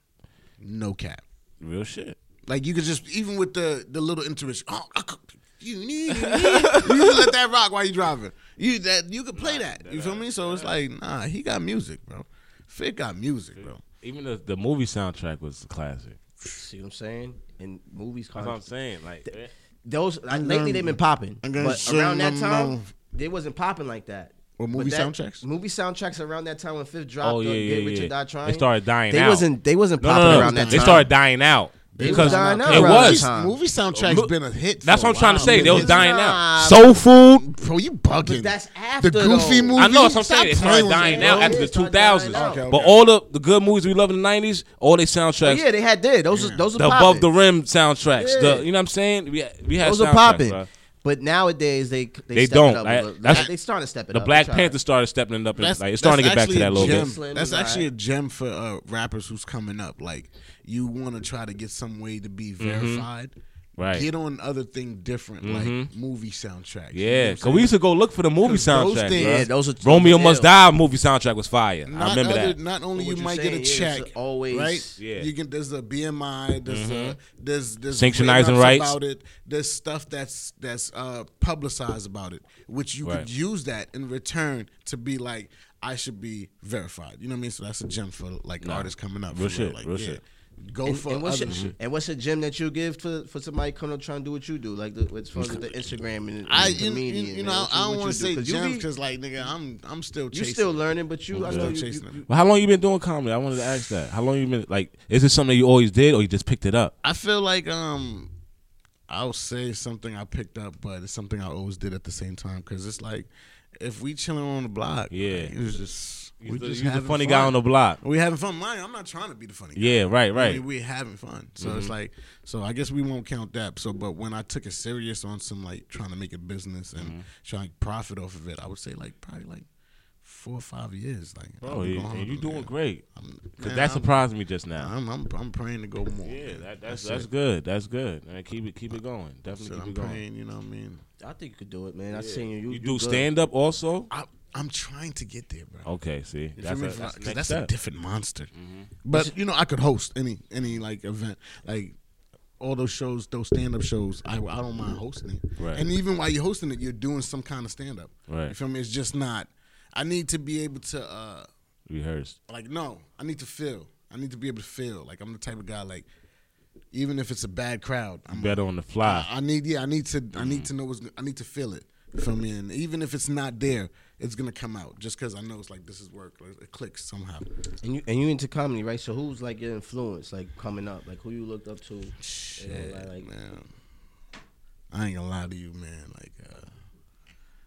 No cap.
Real shit.
Like you could just even with the the little intermission. Oh, I could, you need, you need. You could let that rock while you driving. You that you could play that. You feel me? So it's like nah, he got music, bro. Fit got music, bro.
Even the, the movie soundtrack was a classic.
See what I'm saying? In movies,
That's what I'm
cars,
saying. Like, eh.
those like, lately they've been popping,
I'm gonna
but
sing
around that
my
time
mouth.
they wasn't popping like that.
Or
But
movie
that-
soundtracks?
Movie soundtracks around that time when Fifth dropped.
oh
or
yeah,
Get
yeah,
Rich or
yeah.
Die Trying.
They started dying
They
out.
wasn't. They wasn't
no, no,
popping
no,
around that
They
time.
started dying out
was
because
dying out
it
around
was.
that time.
movie soundtrack's
Mo-
been a hit.
That's
for
what I'm
a
trying to
while.
say. They
Nah,
was dying out.
bro.
Soul food.
Bro, you bugging.
But that's after,
the Goofy
though.
movie.
I know that's what I'm
Stop
saying. It
playing
started
with
dying
me,
out
bro.
after
Yeah,
the
it started
2000s.
dying out.
Okay,
But
okay.
all the, the good movies we love in the 90s, all their soundtracks,
Yeah, they had did. Those was- those
the
were
above
popping.
the rim soundtracks.
Yeah.
The, you know what I'm saying? We, we had
Those are
soundtracks, uh,
popping.
bro.
But nowadays they they,
They
step
don't.
It up
I-
a little.
that's-
they starting to step it
The
up.
Black
They trying.
Panther started stepping it up. And,
That's,
like, it's starting to get
that's
back to
actually
that a little
gem.
bit.
Slim
That's
was
actually
alright.
a gem for uh, rappers who's coming up. Like you want to try to get some way to be verified.
Mm-hmm. Right. Mm-hmm.
Get on other thing different, like movie soundtracks. You know what
Yeah,
I'm
because we used to go look for the movie
'Cause those
soundtrack.
things-
bro.
Yeah, those are-
Romeo
those are
Must
ill.
Die movie soundtrack was fire.
saying?
I
Not
remember
other-
that.
Not only
But
you
what you
might
saying
get a
is
check,
always-
right?
Yeah.
You can. There's a BMI. There's a there's there's
Synchronizing
write-ups
Mm-hmm. rights.
about it. There's stuff that's that's uh, publicized about it, which you
Right.
could use that in return to be like, I should be verified. You know what I mean? So that's a gem for like
Nah.
artists coming up.
Real
for
shit,
Like,
real
yeah.
shit.
Go
And,
for
and what's
other
your,
shit.
and what's a gym that you give for for somebody coming up trying to do what you do, like the, as far as the Instagram and, and
I
the
you,
comedian?
you, you
man,
know
what
I don't
what
want to
do,
say
you
gems
be-
because like nigga I'm I'm still
you
chasing.
still learning, but you I
I'm
know
still
you,
chasing
you-
them.
Well, how long you been doing comedy? I wanted to ask that. How long you been like? Is this something you always did, or you just picked it up?
I feel like um, I'll say something I picked up, but it's something I always did at the same time because it's like if we chilling on the block,
Yeah.
like, it was just we
You the,
just
you the
having
funny
fun.
guy on the block.
We having fun. Mind, I'm not trying to be the funny guy.
Yeah, right,
I
right. Mm-hmm.
mean, we having fun. So it's like, so I guess we won't count that. So, but when I took it serious on some like trying to make a business and
Mm-hmm.
trying to profit off of it, I would say like probably like four or five years. Like,
Bro, Oh, you, and you doing great.
Cause
'Cause that surprised me just now.
I'm, I'm I'm praying to go more.
yeah,
man.
that, that's
it.
that's good. That's good. And keep it keep it going.
Shit,
Definitely keep
I'm
it going.
praying, you know what I mean?
I think you could do it, man. I seen you. You,
You,
you
do
good.
stand up also.
I, I'm trying to get there, bro.
Okay, see,
You feel
Oh, that's,
me?
a,
Uh,
that's,
Cause that's,
the next
a
step. Mm-hmm.
different monster. But you know, I could host any any like event, like all those shows, those stand up shows. I, I don't mind hosting it.
Right.
And even while you're hosting it, you're doing some kind of stand up.
Right.
You feel me? It's just not. I need to be able to. uh
Rehearsed.
like no i need to feel i need to be able to feel like i'm the type of guy like even if it's a bad crowd i'm
Better on the fly.
I, I need yeah i need to i need to know what's i need to feel it from in even if it's not there it's gonna come out just because i know it's like this is work like, it clicks somehow
And you and you into comedy, right? So who's like your influence, like coming up, like who you looked up to? You know, like, like-
man i ain't gonna lie to you man like uh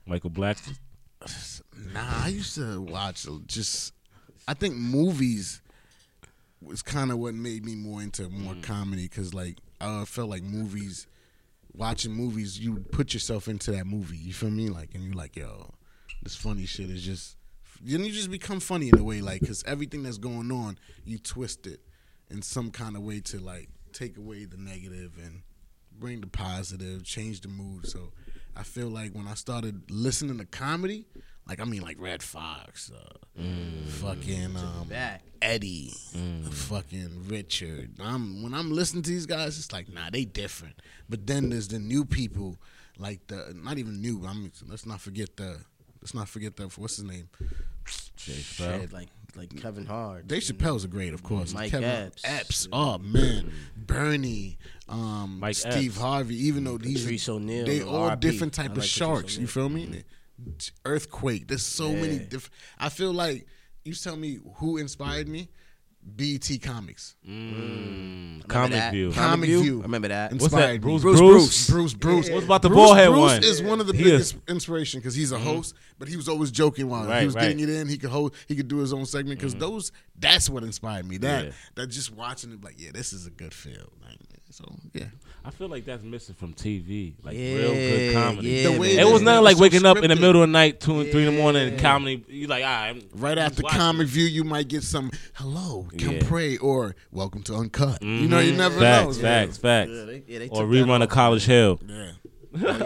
Michael Black.
Nah, I used to watch just. I think movies was kind of what made me more into more comedy because like I felt like movies, watching movies, you put yourself into that movie. You feel me? Like, and you like, yo, this funny shit is just. Then you just become funny in a way, like, because everything that's going on, you twist it in some kind of way to like take away the negative and bring the positive, change the mood. So I feel like when I started listening to comedy, like I mean like Red Fox, uh, fucking um,
back.
Eddie, fucking Richard. I'm when I'm listening to these guys, it's like nah, they different. But then there's the new people, like the not even new. I'm let's not forget the let's not forget the what's his name.
Chappelle.
Shit, like like Kevin Hart.
Mm.
Dave Chappelle's a great, of course.
Mm-hmm. Mike
Kevin
Epps. Mm-hmm.
Epps. Oh man, Bernie, um,
Mike
Steve
Epps.
Harvey. Even though these
Mm-hmm. Patrice O'Neal,
they all
R.I.P.
different
I
type of
like Patrice
sharks. You
O'Neal. Mm-hmm.
feel me? Earthquake. There's so many
Yeah.
different. I feel like you tell me who inspired me. BT Comics.
Mm,
Remember
comic
that?
view.
Com- Comic View.
I remember that.
And
What's that?
inspired me.
Bruce
Bruce
Bruce.
Bruce, Bruce, Bruce.
What's about the
Bruce,
ballhead
Bruce
one?
is one of the
He
biggest
is. Mm-hmm.
inspiration because he's a host, but he was always joking while
Right,
he was getting
right. Mm-hmm.
it in. He could hold, he could do his own segment because those that's what inspired me. That
Yeah.
that just watching it, like yeah, this is a good film. Like, so yeah,
I feel like that's missing from TV. Like
Yeah,
real good comedy.
yeah, The way
it
they-
was nothing like
so
waking up in the
scripted.
middle of the night, two and three in the morning, and comedy. You like, ah, I'm
Right
I'm
after
watching.
Comic View, you might get some hello, come
Yeah.
pray, or welcome to Uncut. You know, you never
Mm-hmm. Facts,
know.
facts, facts.
Yeah, they- yeah, they
or
took that
rerun of College Hill.
Yeah.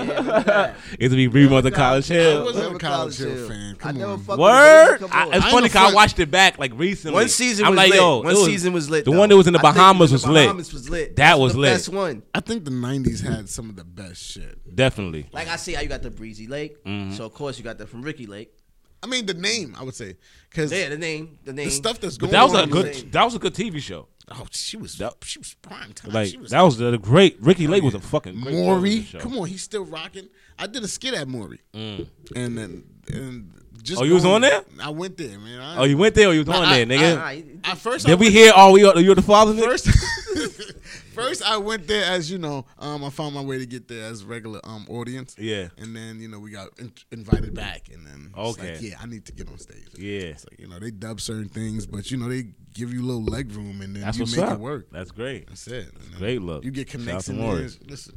It'll be rerun of College
I
Hill.
wasn't a
Remember
College Hill fan.
I
Come
never
on.
fucked with
Word.
Come
I,
on.
it's
I ain't
funny
no
because I
front.
watched it back like recently.
One season
I'm
was
like,
lit.
yo,
one
it was-
season was lit.
The
though.
one that was in the
I think
Bahamas
the
was lit.
Bahamas was lit.
That
That's
was
the
lit.
Best one.
I think the '90s had some of the best shit.
Definitely.
Like I see how you got the Breezy Lake.
Mm-hmm.
So of course you got that from Ricky Lake.
I mean, the name I would say, because
Yeah, the name, the name.
the stuff that's
But
going
that was
on
a
the
is
good.
like-
same.
That was a good TV show.
Oh, she was
That-
she was prime time.
Like
she was,
that was the great. Ricky Lake was a fucking great
Maury.
television show. Mm.
Come on, he's still rocking. I did a skit at Maury, and then and just
Oh, you was
going-
on there?
I went there, man. I,
Oh, you went there or you was on
I-
there, nigga?
I-
at first I
Did we hear? Oh, we are, you're the father. nigga?
first first I went there as you know um I found my way to get there as regular um audience
Yeah.
and then you know we got in- invited back and then it's
Okay.
like, yeah I need to get on stage
Yeah.
it's like you know they dub certain things but you know they give you a little leg room and then
That's
you
what's
make
up.
it work
That's great.
that's it And then
great look.
you get
Shout out to
connections
Maury.
listen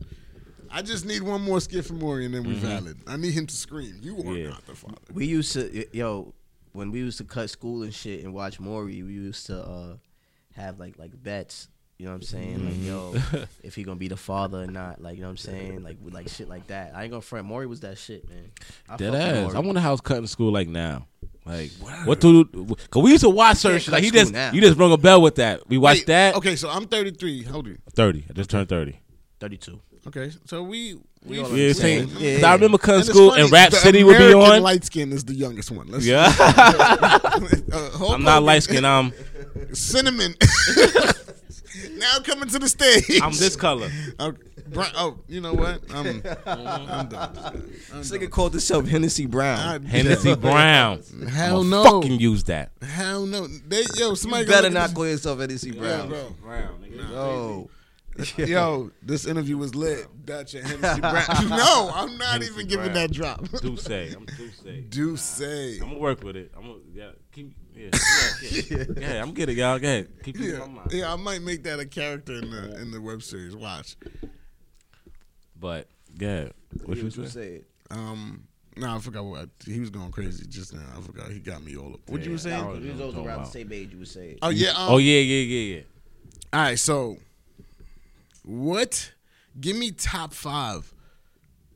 I just need one more skit from Maury and then we valid I need him to scream you are
Mm-hmm. Yeah.
not the father
We used to, yo, when we used to cut school and shit and watch Maury, we used to uh, have like like bets. You know what I'm saying? Like,
Mm-hmm.
yo, if he gonna be the father or not? Like, you know what I'm saying? Like, with, like shit like that. I ain't gonna front. Maury was that shit, man. I
Dead
fuck with
ass.
Maury.
I wonder how it's cutting school like now. Like what do? Cause we used to watch certain
can't
shit. Like
cut
he just
school now.
you just rung a bell with that. We watched
Wait,
that.
okay so I'm 33 how old are you
Thirty. I just turned thirty.
32.
Okay, so we we
all
Yeah,
Yeah,
same.
yeah.
'Cause I remember cutting
it's
school
funny,
and Rap
the
City would be
American
on.
Light skin is the youngest one. Let's,
yeah,
uh, Hulk
I'm not
Hogan,
light skinned. I'm
Cinnamon. now coming to the stage.
I'm this color.
Okay. Bri- Oh, you know what? I'm, I'm done.
This nigga called himself Hennessy
I-
Brown.
Hennessy Brown.
Hell
I'ma
no.
Fucking use that.
Hell no. They, yo, somebody
You
go
better
look at
not
this-
call yourself Hennessy
Yeah,
Brown.
bro.
No.
Yo, this interview was lit. Dutch and Hennessy Brown. No, I'm not
Hennessy
even giving
Brown.
that drop.
Do say. I'm do say.
Do say.
I'm gonna work with it. I'm gonna yeah. Keep yeah. Yeah, yeah. yeah I'm getting y'all. Go ahead. Keep it in
Yeah,
my mind.
yeah, I might make that a character in the in the web series. Watch.
But yeah, what
Yeah,
you
what you
say?
said.
Um, no, I forgot what I, he was going crazy just now. I forgot he got me all up. What you
Yeah,
were
I
saying?
don't
We
know
was
what I'm
always
talking
around the
about.
same age. You would say.
Oh yeah. Um,
Oh yeah, yeah, yeah, yeah.
All right, so what? Give me top five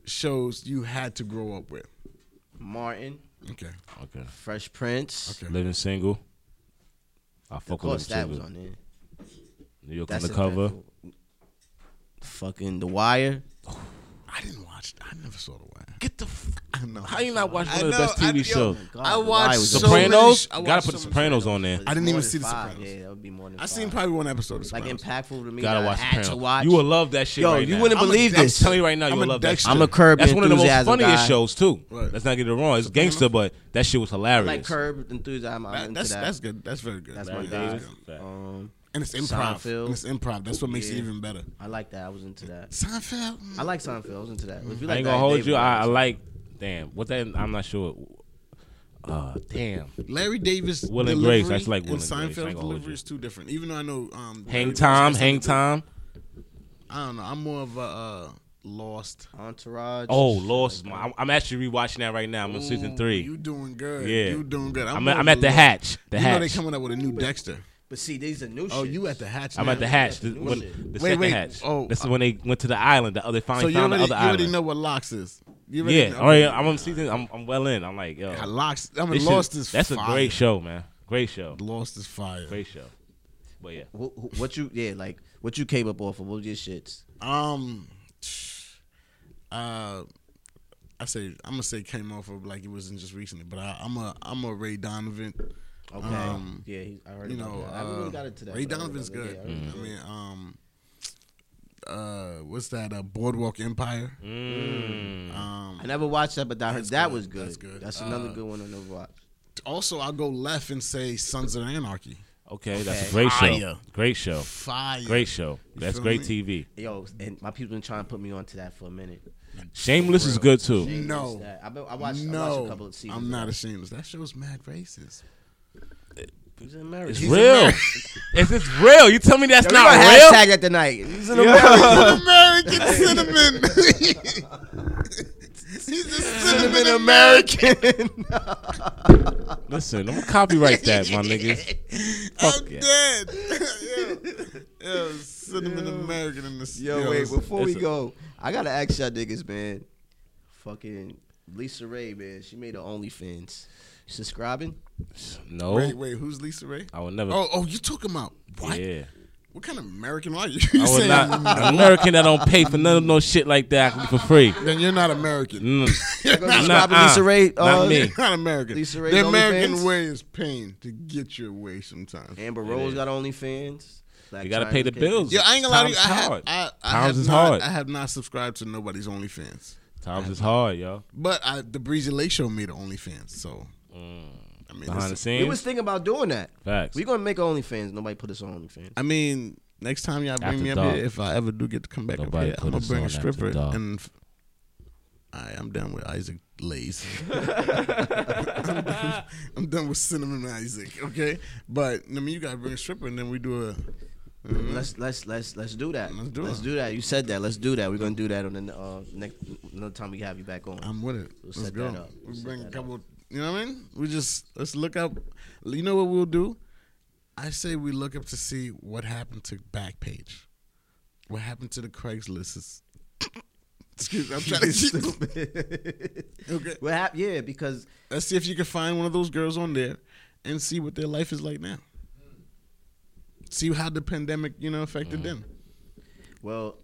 shows you had to grow up with.
Martin,
Okay.
Okay.
Fresh Prince.
Okay.
Living single. I fuck
Of
with living
course, that
single.
was on there.
New York
That's
undercover.
impactful. Fucking The Wire.
I didn't watch. I never saw the Wire.
Get the. F-
I know.
How you not watch one
I
of the
know,
best
I-
TV
yo,
shows?
God,
I
The Wire
watched
was
so
amazing.
many
Sopranos.
sh- I
gotta
watched
put
so
the
much
Sopranos on there.
It's
I didn't
more
even
than
see The
five.
Sopranos.
Yeah, that would be more than.
I
five.
seen probably one episode of
like
Sopranos.
impactful to me.
Gotta
that
watch
I had
Sopranos.
to watch.
You will love that shit.
Yo,
right
you
now.
wouldn't
I'm
believe
a, I'm
this.
telling you right now,
I'm
you
a
will love that.
Dexter.
Shit.
I'm a
Curb
That's one of the most
Enthusiasm
funniest
guy.
shows too.
Right.
Let's not get it wrong. It's gangster, but that shit was hilarious.
like Curb enthusiasm. I'm
That-
into
that's
that.
that's good. That's very good.
That's
Very
my
good.
uh,
guy.
That's good.
Um,
And it's improv.
Seinfeld.
And it's improv. That's what makes it
Yeah.
even better.
I like that. I was into that.
Seinfeld.
I like Seinfeld. I was into that. If you
I
like
ain't gonna
that,
hold
David,
you. I, I like. Damn. What that? I'm not sure. Uh, damn.
Larry Davis.
Will and
delivery
Grace. I just like Will and
and
Grace. I ain't
Seinfeld's
gonna hold
delivery
you.
is two different. Even though I know. Um, Larry
Hang
Davis
time.
has
Hang
something
time.
to- I don't know. I'm more of a uh, lost.
Entourage.
Oh, Lost. is my- I'm, I'm actually rewatching that right now. I'm on season
Ooh,
three.
You doing good.
Yeah.
You doing good.
I'm,
more
at- I'm
of
at
a
the
lost.
hatch. The
you know they
hatch.
coming up with a new Dexter.
But see, these are new.
Oh,
shits.
you at the hatch?
I'm
now.
at the hatch. The,
New
when,
shit.
the
Wait,
second
wait.
hatch.
Oh,
this is
uh,
when they went to the island. The other
So
finally
you
found the
already, you
other
already
island.
know what locks is. You already
yeah.
know-
All right. I'm on season. I'm, I'm well in. I'm like, yo.
Yeah, locks. I mean,
this shit-
lost is.
That's a
fire.
great show, man. Great show.
Lost is fire.
Great show. But yeah.
Wh- wh- What you? Yeah, like what you came up off of? What was your shits?
Um, uh, I say I'm gonna say came off of like it wasn't just recently, but I, I'm a I'm a Ray Donovan.
Okay.
Um,
yeah, he, I heard
You
about
know,
that. I haven't
uh,
really got into that.
Ray
but I heard
Donovan's
about
good. Mm.
that. Yeah, I
Mm.
heard
I
about
mean, um, uh, what's that? Uh, Boardwalk Empire.
Mm.
that.
Um,
I never watched that, but I heard
That's
that
good.
was good.
That's good.
That's
Uh,
another good one I never watched.
also, I'll go left and say Sons of Anarchy.
Okay, that's a
Okay.
great
Fire.
show. Great show.
Fire.
Great show. That's
feel
great
me?
TV.
Yo, and my people been trying to put me onto that for a minute.
Shameless is good too.
No.
That- I, bet- I watched.
Oh. no,
I watched a couple of seasons.
I'm not ashamed. of That show's mad racist.
He's in America.
It's
He's
real. Is this real? You tell me that's
Yo, we
not
gonna
real?
Hashtag at the night. He's in
Yo.
American cinnamon. He's a cinnamon
American.
Listen, I'm gonna copyright that, my niggas. Fuck
I'm
yeah.
dead. yo, yo, cinnamon American in the
Yo, wait, before we
it's a-
go, I gotta ask y'all niggas, man. Fucking Lisa Ray, man. She made her OnlyFans. You subscribing?
No,
wait, wait. Who's Lisa Ray?
I would never.
Oh, oh, you talking about what?
Oh. Uh, Yeah,
What kind of American are you? you
I would
saying,
not. An American that don't pay for none of no shit like that I can get for free.
Then you're not American.
Mm.
You're
Go
not,
subscribe to
Nuh-uh.
Lisa Ray. Uh,
Not me.
you're not American.
Lisa Ray's
the American
OnlyFans?
way is pain to get your way sometimes.
Amber
It
Rose
is.
got OnlyFans. Blac
You gotta
Chyna
pay the
Kid.
bills.
Yo, I ain't gonna lie to you.
Times
I
is
have,
hard.
I, I
Times
have
is
not,
hard.
I have not subscribed to nobody's OnlyFans.
Times is hard, yo.
But I, the Breezy Lake Show made an OnlyFans, so I mean,
Behind the
this,
We was
scenes,
thinking about doing that.
facts.
We gonna make OnlyFans. Nobody put us on OnlyFans.
I mean, next time y'all bring
After
me up
dark.
here, if I ever do get to come back up
Nobody
here, I'm
put
gonna
us
bring a
on after
stripper.
dark.
And f- I, I'm done with Isaac Lays. I'm, done, I'm done with Cinnamon Isaac. Okay, but I mean, you gotta bring a stripper, and then we do a.
Let's let's let's let's do that.
Let's do it.
that. You said that. Let's do that. We're gonna do that on the uh, next another time we have you back on.
I'm with it.
We'll
let's
set
go.
that up. We'll
we
set
bring a
that
couple. You know what I mean? We just let's look up. You know what we'll do? I say we look up to see what happened to Backpage. What happened to the Craigslist? Excuse me, I'm trying to keep. Okay,
What hap- Yeah, because
let's see if you can find one of those girls on there and see what their life is like now.
Mm-hmm.
See how the pandemic, you know, affected them.
well,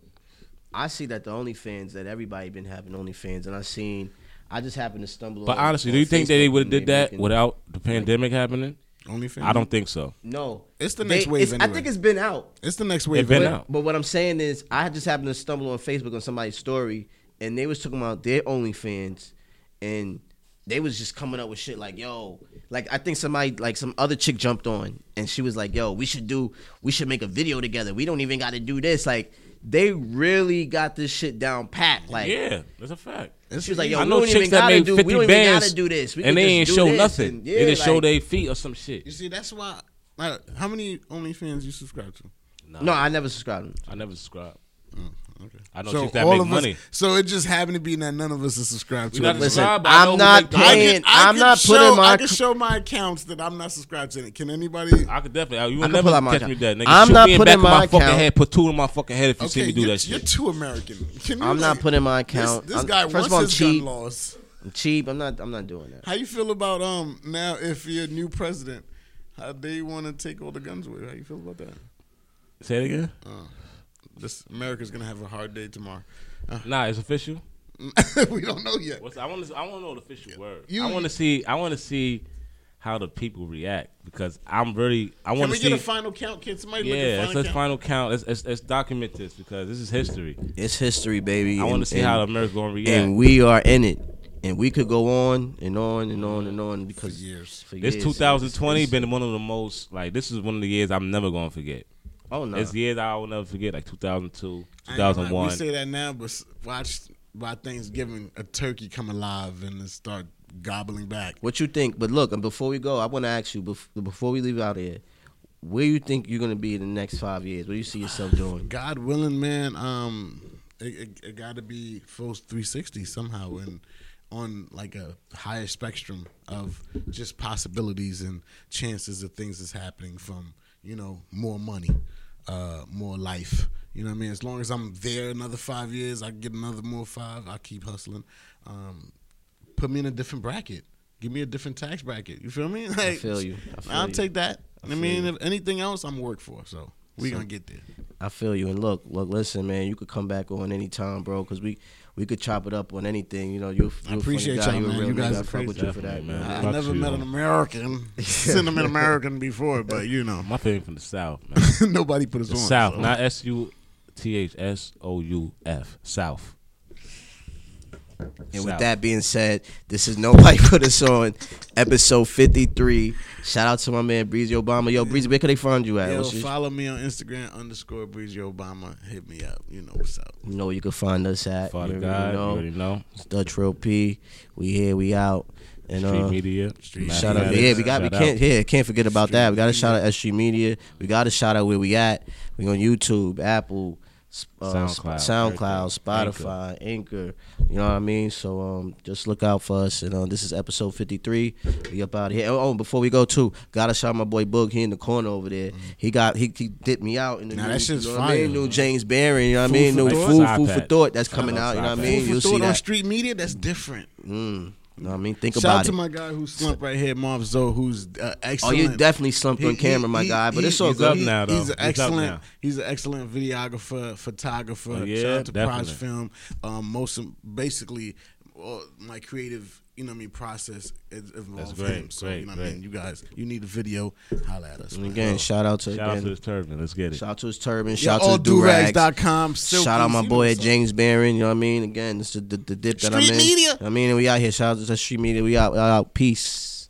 I see that the OnlyFans that everybody been having OnlyFans, and I seen. I just happened to stumble.
But
on-
honestly,
on
do you think that they
Facebook
would have
and
did
they
that
making-
without the pandemic happening?
Only fan.
I don't think so.
No,
It's the next wave
it's- I
anyway.
think it's been out.
It's the next wave.
been
of it.
out.
But what I'm saying is, I just happened to stumble on Facebook on somebody's story, and they was talking about their OnlyFans, and they was just coming up with shit like, "Yo, like I think somebody, like some other chick jumped on, and she was like, "Yo, we should do, we should make a video together. We don't even got to do this." Like they really got this shit down pat. Like
yeah, that's a fact.
It's-
she was like, "Yo,
I
we
know
don't even
chicks that
gotta
made
do, we
fifty
don't even
bands
gotta do this. We
and
can
they
just
ain't
do
show
this,"
nothing.
and
they
yeah,
just show
like-
their feet or some shit.
You see, that's why. Like, how many OnlyFans you subscribe to?
No, Mm, I never subscribed.
I never subscribe.
Oh, okay.
I know chicks that make
of
money.
Us, so it just happened to be that none of us are subscribed to.
not
it.
Listen,
subscribed. Subscribe, but I know
I'm
who
not
make the- I
I
paying.
can- I
I'm
can
not
show,
putting my.
I can show my accounts that I'm not subscribed to it. Can anybody?
I could definitely. uh, You
I
would
could
never
pull out my
catch
account.
me with that nigga.
I'm
Shoot
not
me in
putting
back of
my
my fucking
account-
head. Put two in my fucking head if you see
okay,
me do
you're,
that
you're
shit.
too American. Can you,
I'm not
like-
putting my
This-
account.
This,
I'm-
guy
first
wants
of all, I'm
his
cheap.
gun laws.
I'm cheap. I'm not. I'm not doing that.
How you feel about um now if your new president, how they want to take all the guns away? How you feel about that?
Say it again.
Uh, this America's gonna have a hard day tomorrow. Uh,
Nah, it's official.
we don't know yet.
What's, I want to. I want to know the official word.
You-
I want to see. I want to see how the people react because I'm really. I
Can
want
we
to see.
get a final count? Can somebody look
yeah,
at
let's,
final
let's
count?
final count. Let's, let's, let's document this because this is history.
It's history, baby.
I want to
and-
see how
and-
America's gonna react.
And we are in it, and we could go on and on and on and on because
years.
for
This
years.
2020 been one of the most like this is one of the years I'm never gonna forget.
Oh no,
It's years I will never forget, like 2002,
I ain't gonna lie,
2001.
We say that now, but s- watch by Thanksgiving a turkey come alive and it start gobbling back.
what you think? But look, and before we go, I want to ask you bef- before we leave out here, where you think you're gonna be in the next five years? What do you see yourself doing?
God willing, man. Um, it, it, it got to be full 360 somehow, and on like a higher spectrum of just possibilities and chances of things that's happening from you know more money, uh, more life. You know what I mean? As long as I'm there another five years, I get another more five. I keep hustling. Um, put me in a different bracket. Give me a different tax bracket. You feel me? Like, I
feel you. I feel
will
you.
take that. I,
feel
mean,
you.
if anything else, I'm work for. So we
So-
gonna get there.
I feel you. And look, look, listen, man, you could come back on anytime, bro, because we we could chop it up on anything. You know, you.
I appreciate y'all, man. You guys are
fuck with
crazy.
you for that,
Definitely,
man.
man.
I
Fuck
never
you.
met an American, cinnamon American before, but you know,
My favorite from the South, man.
nobody put us
The
on.
South,
so.
not S U T H S O U F. South.
And
South.
with that being said, this is Nobody Put Us On, episode 53. Shout out to my man Breezy Obama. Yo, Breezy, where can they find you at?
Yo,
What's your-
follow me on Instagram underscore Breezy Obama. Hit me up. You know what's up.
you know where you can find us at.
Father
you
God, you already
already know.
know.
It's Dutch Real P. We here, we out. And
Street
uh,
media.
shout out.
Mathematics.
Yeah, we got we
Shout
can't
out.
yeah, can't forget about that. We gotta shout out SG Media. We gotta shout out where we at. We on YouTube, Apple, S- uh, Sp-
SoundCloud,
SoundCloud, Spotify, Anchor. You know what I mean? So um, just look out for us. And uh, this is episode 53. We up out here. Oh, oh, before we go too, gotta shout my boy Boog. He in the corner over there.
Mm-hmm.
He got he, he dipped me out in the
Nah,
new,
that shit's
you know what I mean?
fire.
new James Barron. You know what I
Food
mean?
for
New
thought.
food
That's
food for
iPad.
thought that's
Shout
coming
out
out.
to
You know what I
iPad.
mean?
Food for
You'll see
thought on
that.
street media. That's different.
Mm. You know what I mean? Think
Shout
about
out
it.
to my guy who slumped right here, Marv Zoe, who's uh,
Oh,
excellent.
you definitely slumped
He-
on camera, my
he-
guy, but
he-
it's all
he's
good.
up
he-
now, though.
He's an
He's up
excellent.
now.
He's an excellent videographer, photographer.
Oh, yeah,
Shout out to Proj
definitely.
Film. Um, most of, basically, all my creative, you know, what I mean, process is involved
great,
him. So you
great,
know, what I
great.
mean, you guys, you need a video. Holla at us.
And
man.
again, shout out to
Shout out to
again,
this turban. Let's get it.
shout out to his turban,
Yeah,
shout out to his durags.
alldourags.com,
Shout out
silkies,
my
you
boy
know
at James Barron. You know what I mean? Again, this is the, the dip that I'm in.
Street media.
I mean, we out here. Shout out to the street media. We out. out, out. Peace.